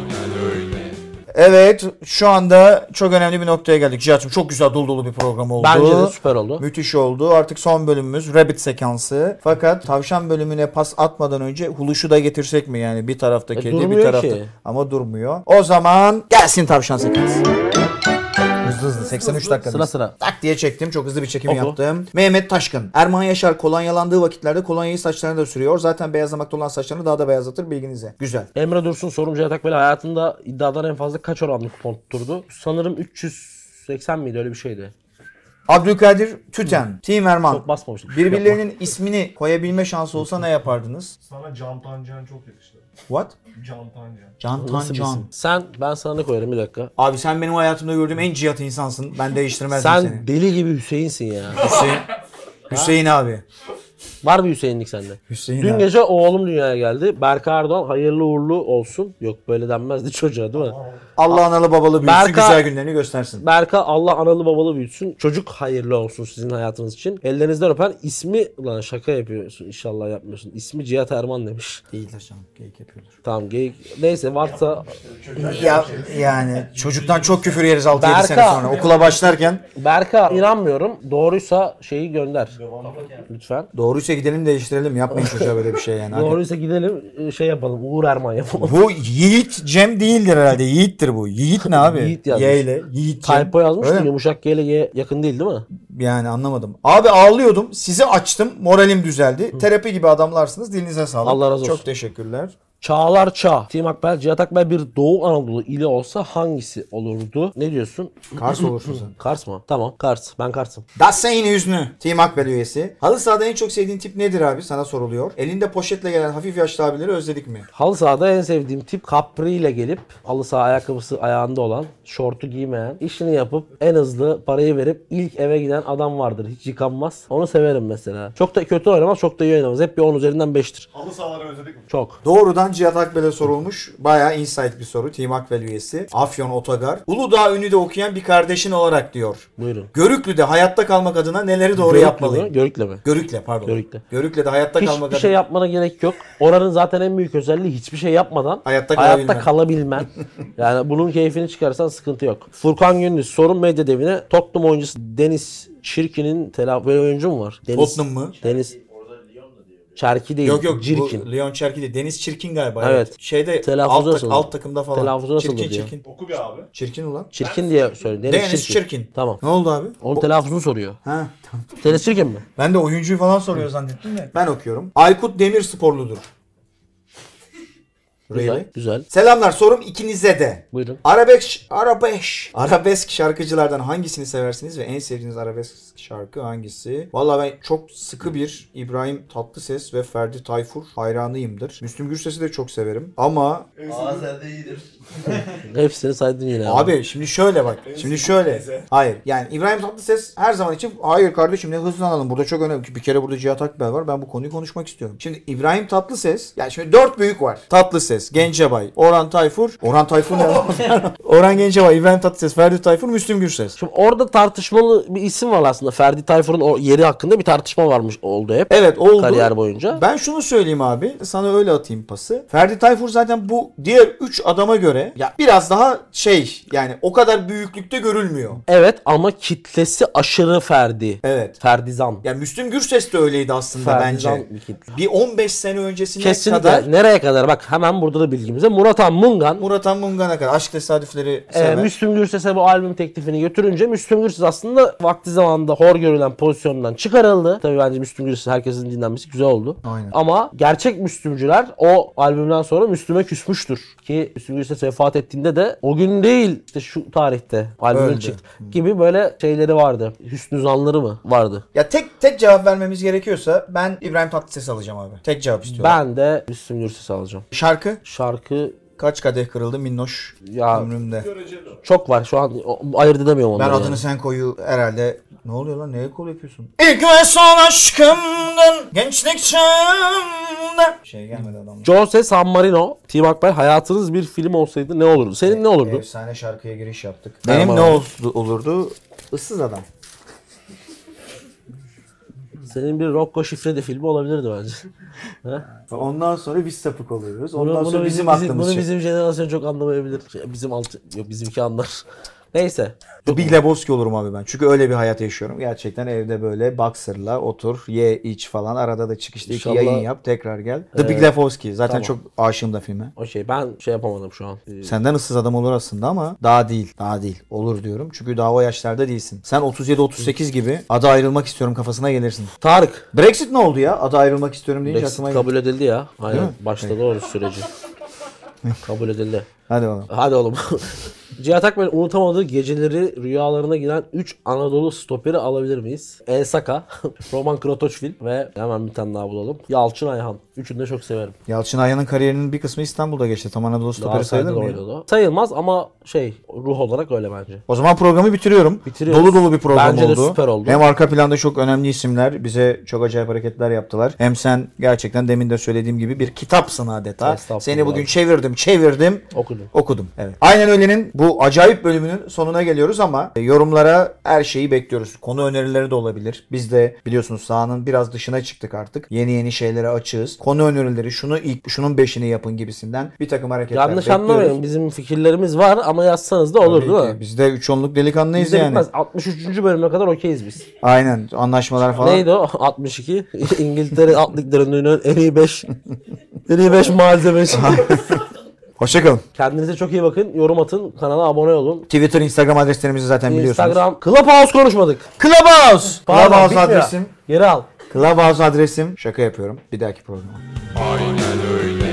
Speaker 3: Evet şu anda çok önemli bir noktaya geldik. Cihat'cığım çok güzel dolu dolu bir program oldu.
Speaker 1: Bence de süper oldu.
Speaker 3: Müthiş oldu. Artık son bölümümüz Rabbit sekansı. Fakat tavşan bölümüne pas atmadan önce huluşu da getirsek mi yani bir tarafta
Speaker 1: E,
Speaker 3: kedi bir
Speaker 1: durmuyor
Speaker 3: tarafta.
Speaker 1: ki.
Speaker 3: Ama durmuyor. O zaman gelsin tavşan sekansı. Hızlı hızlı 83 dakika.
Speaker 1: Sıra sıra.
Speaker 3: Tak diye çektim. Çok hızlı bir çekim
Speaker 1: Oku.
Speaker 3: yaptım. Mehmet Taşkın. Erman Yaşar kolonyalandığı vakitlerde kolonyayı saçlarına da sürüyor. Zaten beyazlamakta olan saçlarını daha da beyazlatır bilginize. Güzel.
Speaker 1: Emre Dursun sorumcu yatak böyle hayatında iddiadan en fazla kaç oranlı kupon tutturdu? Sanırım 380 miydi öyle bir şeydi.
Speaker 3: Abdülkadir Tüten. Tim Erman.
Speaker 1: Çok basmamıştık.
Speaker 3: Birbirlerinin ismini koyabilme şansı olsa ne yapardınız?
Speaker 4: Sana Can Tancan çok yakıştı.
Speaker 3: What?
Speaker 4: Can Tancan.
Speaker 3: Can
Speaker 1: Yapma. Nasıl
Speaker 3: Tan
Speaker 1: bir
Speaker 3: Can.
Speaker 1: isim? Sen ben sana ne koyarım bir dakika.
Speaker 3: Abi sen benim hayatımda gördüğüm en cihat insansın. Ben değiştirmezdim
Speaker 1: Sen
Speaker 3: seni.
Speaker 1: deli gibi Hüseyin'sin ya.
Speaker 3: Hüseyin. Hüseyin abi.
Speaker 1: Var mı Hüseyinlik sende?
Speaker 2: Hüseyin
Speaker 1: Dün
Speaker 2: abi.
Speaker 1: gece oğlum dünyaya geldi. Berk Erdoğan hayırlı uğurlu olsun. Yok böyle denmezdi *laughs* çocuğa değil mi?
Speaker 3: Allah analı babalı büyüsü
Speaker 1: Berka-
Speaker 3: güzel günlerini göstersin.
Speaker 1: Berka Allah analı babalı büyütsün. Çocuk hayırlı olsun sizin hayatınız için. Ellerinizden öpen ismi... Ulan şaka yapıyorsun inşallah yapmıyorsun. İsmi Cihat Erman demiş.
Speaker 3: Değildir canım. Geyik yapıyordur.
Speaker 1: Tamam geyik. Neyse varsa
Speaker 3: Ya, yani çocuktan çok küfür yeriz 6-7 sene
Speaker 1: Berka-
Speaker 3: sonra. Okula başlarken
Speaker 1: Berka inanmıyorum. Doğruysa şeyi gönder. Lütfen.
Speaker 3: doğruysa gidelim değiştirelim. Yapmayın çocuğa böyle bir şey yani. Hadi.
Speaker 1: Doğruysa gidelim e, şey yapalım. Uğur Erman *laughs* yapalım.
Speaker 3: Bu Yiğit Cem değildir herhalde. Yiğit'tir bu. Yiğit ne abi?
Speaker 1: Yiğit yazmış.
Speaker 3: Y ile. Yiğit Cem.
Speaker 1: Typo yazmış
Speaker 3: Öyle
Speaker 1: da
Speaker 3: mi?
Speaker 1: yumuşak G ile Y yakın değil değil mi?
Speaker 3: Yani anlamadım. Abi ağlıyordum. Sizi açtım. Moralim düzeldi. Terapi gibi adamlarsınız. Dilinize sağlık.
Speaker 1: Allah razı olsun.
Speaker 3: Çok teşekkürler.
Speaker 1: Çağlar Çağ. Tim Akbel, Cihat Akbel bir Doğu Anadolu ili olsa hangisi olurdu? Ne diyorsun? *clears throat*
Speaker 3: Kars olursun sen.
Speaker 1: Kars mı? Tamam Kars. Ben Kars'ım.
Speaker 3: Dassen yine Hüznü. Team Akbel üyesi. Halı sahada en çok sevdiğin tip nedir abi? Sana soruluyor. Elinde poşetle gelen hafif yaşlı abileri özledik mi?
Speaker 1: Halı sahada en sevdiğim tip kapri ile gelip halı saha ayakkabısı ayağında olan, şortu giymeyen, işini yapıp en hızlı parayı verip ilk eve giden adam vardır. Hiç yıkanmaz. Onu severim mesela. Çok da kötü oynamaz, çok da iyi oynamaz. Hep bir 10 üzerinden 5'tir.
Speaker 4: Halı sahaları özledik mi?
Speaker 1: Çok.
Speaker 3: Doğrudan Cihat Akbel'e sorulmuş. Bayağı insight bir soru. Team Akbel üyesi. Afyon Otogar. Uludağ ünü de okuyan bir kardeşin olarak diyor.
Speaker 1: Buyurun.
Speaker 3: Görüklü'de hayatta kalmak adına neleri doğru
Speaker 1: Görükle mi?
Speaker 3: yapmalıyım?
Speaker 1: Görükle mi?
Speaker 3: Görükle pardon.
Speaker 1: Görükle.
Speaker 3: de hayatta kalmak
Speaker 1: Hiçbir şey
Speaker 3: adına.
Speaker 1: yapmana gerek yok. Oranın zaten en büyük özelliği hiçbir şey yapmadan
Speaker 3: Hayatta kalabilmen. *laughs*
Speaker 1: kalabilmen. yani bunun keyfini çıkarsan sıkıntı yok. Furkan Gündüz sorun medya devine Tottenham oyuncusu Deniz Çirkin'in telafi böyle oyuncu mu var? Deniz,
Speaker 3: Tottenham mı?
Speaker 1: Deniz Çerki değil.
Speaker 3: Yok yok
Speaker 1: Çirkin.
Speaker 3: bu Leon Çerki değil. Deniz Çirkin galiba.
Speaker 1: Evet.
Speaker 3: Şeyde
Speaker 1: Telaffuzu
Speaker 3: alt, tak-
Speaker 1: nasıl olur?
Speaker 3: alt takımda falan.
Speaker 1: Telaffuzu nasıl
Speaker 3: çirkin
Speaker 1: olur diyor.
Speaker 3: çirkin.
Speaker 4: Oku bir abi.
Speaker 3: Çirkin ulan.
Speaker 1: Çirkin diye söylüyor. Deniz,
Speaker 3: Deniz
Speaker 1: Çirkin.
Speaker 3: Çirkin.
Speaker 1: Tamam.
Speaker 3: Ne oldu abi?
Speaker 1: Onun telaffuzunu soruyor.
Speaker 3: Ha.
Speaker 1: Deniz Çirkin mi?
Speaker 3: Ben de oyuncuyu falan soruyor zannettim de. Ben okuyorum. Aykut Demir sporludur.
Speaker 1: Güzel.
Speaker 3: Really?
Speaker 1: Güzel.
Speaker 3: Selamlar sorum ikinize de.
Speaker 1: Buyurun.
Speaker 3: Arabesk, arabesk, arabesk şarkıcılardan hangisini seversiniz ve en sevdiğiniz arabesk şarkı hangisi? Valla ben çok sıkı bir İbrahim Tatlıses ve Ferdi Tayfur hayranıyımdır. Müslüm Gürses'i de çok severim. Ama
Speaker 5: Aa sen de iyidir.
Speaker 1: Hepsini saydın yine. Abi.
Speaker 3: Abi şimdi şöyle bak. Şimdi şöyle. Hayır. Yani İbrahim Tatlıses her zaman için hayır kardeşim ne hızlanalım. Burada çok önemli. Bir kere burada Cihat Akbel var. Ben bu konuyu konuşmak istiyorum. Şimdi İbrahim Tatlıses. Yani şimdi dört büyük var. Tatlıses, Gencebay, Orhan Tayfur. Orhan Tayfur ne lan? *laughs* Orhan Gencebay, İbrahim Tatlıses, Ferdi Tayfur, Müslüm Gürses.
Speaker 1: Şimdi orada tartışmalı bir isim var aslında. Ferdi Tayfur'un o yeri hakkında bir tartışma varmış oldu hep.
Speaker 3: Evet oldu.
Speaker 1: Kariyer boyunca.
Speaker 3: Ben şunu söyleyeyim abi. Sana öyle atayım pası. Ferdi Tayfur zaten bu diğer üç adama göre ya biraz daha şey yani o kadar büyüklükte görülmüyor.
Speaker 1: Evet ama kitlesi aşırı Ferdi.
Speaker 3: Evet.
Speaker 1: Ferdizan.
Speaker 3: Ya Müslüm Gürses de öyleydi aslında
Speaker 1: Ferdizan
Speaker 3: bence.
Speaker 1: bir kitle.
Speaker 3: Bir 15 sene öncesine
Speaker 1: Kesinlikle.
Speaker 3: kadar
Speaker 1: Nereye kadar? Bak hemen burada da bilgimize. Murat Han Mungan
Speaker 3: Murat Han Mungan'a kadar aşk tesadüfleri
Speaker 1: e,
Speaker 3: sever.
Speaker 1: Müslüm Gürses'e bu albüm teklifini götürünce Müslüm Gürses aslında vakti zamanında hor görülen pozisyondan çıkarıldı. Tabii bence Müslüm Gürses herkesin dinlenmesi güzel oldu.
Speaker 3: Aynen.
Speaker 1: Ama gerçek Müslümcüler o albümden sonra Müslüme küsmüştür. Ki Müslüm Gürses vefat ettiğinde de o gün değil işte şu tarihte albümün
Speaker 3: Öldü.
Speaker 1: çıktı gibi böyle şeyleri vardı. Hüsnü zanları mı? Vardı.
Speaker 3: Ya tek tek cevap vermemiz gerekiyorsa ben İbrahim Tatlıses alacağım abi. Tek cevap istiyorum.
Speaker 1: Ben de Müslüm Gürses'i alacağım.
Speaker 3: Şarkı
Speaker 1: Şarkı
Speaker 3: Kaç kadeh kırıldı minnoş
Speaker 1: Ya-
Speaker 3: ömrümde.
Speaker 4: Göreceli.
Speaker 1: çok var. Şu an o- ayırt edemiyorum
Speaker 3: Ben
Speaker 1: onları. yani.
Speaker 3: adını sen koyu herhalde. Ne oluyor lan? Neye kol yapıyorsun? İlk ve son aşkımdın. Gençlik çağımda. Şey gelmedi adamla.
Speaker 1: Jose San Marino, Tim Akbel hayatınız bir film olsaydı ne olurdu?
Speaker 3: E,
Speaker 1: Senin ne olurdu?
Speaker 3: Efsane şarkıya giriş yaptık.
Speaker 1: Benim
Speaker 3: Benim
Speaker 1: Tamam.
Speaker 3: ne
Speaker 1: ne
Speaker 3: olurdu? Issız adam.
Speaker 1: Senin bir Rocco Şifredi filmi olabilirdi bence.
Speaker 3: Ondan sonra biz sapık oluyoruz.
Speaker 1: Bunu,
Speaker 3: Ondan
Speaker 1: bunu
Speaker 3: sonra
Speaker 1: bizim,
Speaker 3: bizim,
Speaker 1: bizim,
Speaker 3: aklımız
Speaker 1: bunu
Speaker 3: şey.
Speaker 1: bizim jenerasyon çok anlamayabilir. Şey, Bizim altı, yok bizimki anlar. *laughs* Neyse.
Speaker 3: Big Lebowski olurum abi ben. Çünkü öyle bir hayat yaşıyorum. Gerçekten evde böyle boxer'la otur, ye, iç falan. Arada da çıkışta iki
Speaker 1: İnşallah- Ee,
Speaker 3: yayın yap, tekrar gel. The Big Lebowski. Zaten çok aşığım da filme.
Speaker 1: O şey ben şey yapamadım şu an. Ee,
Speaker 3: Senden ıssız adam olur aslında ama daha değil. Daha değil. Olur diyorum. Çünkü daha o yaşlarda değilsin. Sen 37-38 gibi ada ayrılmak istiyorum kafasına gelirsin.
Speaker 1: Tarık.
Speaker 3: Brexit ne oldu ya? Ada ayrılmak istiyorum deyince
Speaker 1: Brexit
Speaker 3: aklıma
Speaker 1: kabul
Speaker 3: geldi.
Speaker 1: edildi ya. Aynen.
Speaker 3: mi?
Speaker 1: Başladı o süreci. kabul edildi.
Speaker 3: Hadi oğlum.
Speaker 1: Hadi oğlum. *laughs* Cihat Akbel unutamadığı geceleri rüyalarına giren 3 Anadolu stoperi alabilir miyiz? El Saka, *laughs* Roman Kratoçvil ve hemen bir tane daha bulalım. Yalçın Ayhan. Üçünü de çok severim.
Speaker 3: Yalçın Ayhan'ın kariyerinin bir kısmı İstanbul'da geçti. Tam Anadolu stoperi sayılır
Speaker 1: Galatasaray'da
Speaker 3: mı?
Speaker 1: da
Speaker 3: ya?
Speaker 1: oynadı. Sayılmaz ama şey ruh olarak öyle bence.
Speaker 3: O zaman programı bitiriyorum.
Speaker 1: Bitiriyoruz.
Speaker 3: Dolu dolu bir program
Speaker 1: Bence de
Speaker 3: oldu.
Speaker 1: süper oldu.
Speaker 3: Hem arka planda çok önemli isimler bize çok acayip hareketler yaptılar. Hem sen gerçekten demin de söylediğim gibi bir kitapsın adeta.
Speaker 1: Estağfurullah.
Speaker 3: Seni bugün çevirdim, çevirdim.
Speaker 1: Okudum.
Speaker 3: Okudum. Evet. Aynen öyle'nin bu acayip bölümünün sonuna geliyoruz ama e, yorumlara her şeyi bekliyoruz. Konu önerileri de olabilir. Biz de biliyorsunuz sahanın biraz dışına çıktık artık. Yeni yeni şeylere açığız. Konu önerileri şunu ilk şunun beşini yapın gibisinden bir takım hareketler
Speaker 1: Yanlış
Speaker 3: bekliyoruz.
Speaker 1: anlamayın. Bizim fikirlerimiz var ama yazsanız da olur
Speaker 3: Tabii
Speaker 1: değil
Speaker 3: ki.
Speaker 1: mi?
Speaker 3: Biz de üç onluk delikanlıyız
Speaker 1: Bizde
Speaker 3: yani.
Speaker 1: bitmez. 63. bölüme kadar okeyiz biz.
Speaker 3: Aynen anlaşmalar falan.
Speaker 1: Neydi o? *laughs* 62. İngiltere Atlık Dönü'nün en iyi 5 *laughs* en iyi 5 malzemesi.
Speaker 3: Hoşçakalın.
Speaker 1: Kendinize çok iyi bakın. Yorum atın. Kanala abone olun.
Speaker 3: Twitter, Instagram adreslerimizi zaten biliyorsunuz.
Speaker 1: Instagram. Clubhouse konuşmadık.
Speaker 3: Clubhouse.
Speaker 1: Pardon,
Speaker 3: Clubhouse
Speaker 1: bitmiyor.
Speaker 3: adresim.
Speaker 1: Geri al.
Speaker 3: Clubhouse adresim. Şaka yapıyorum. Bir dahaki programa.
Speaker 6: Aynen öyle.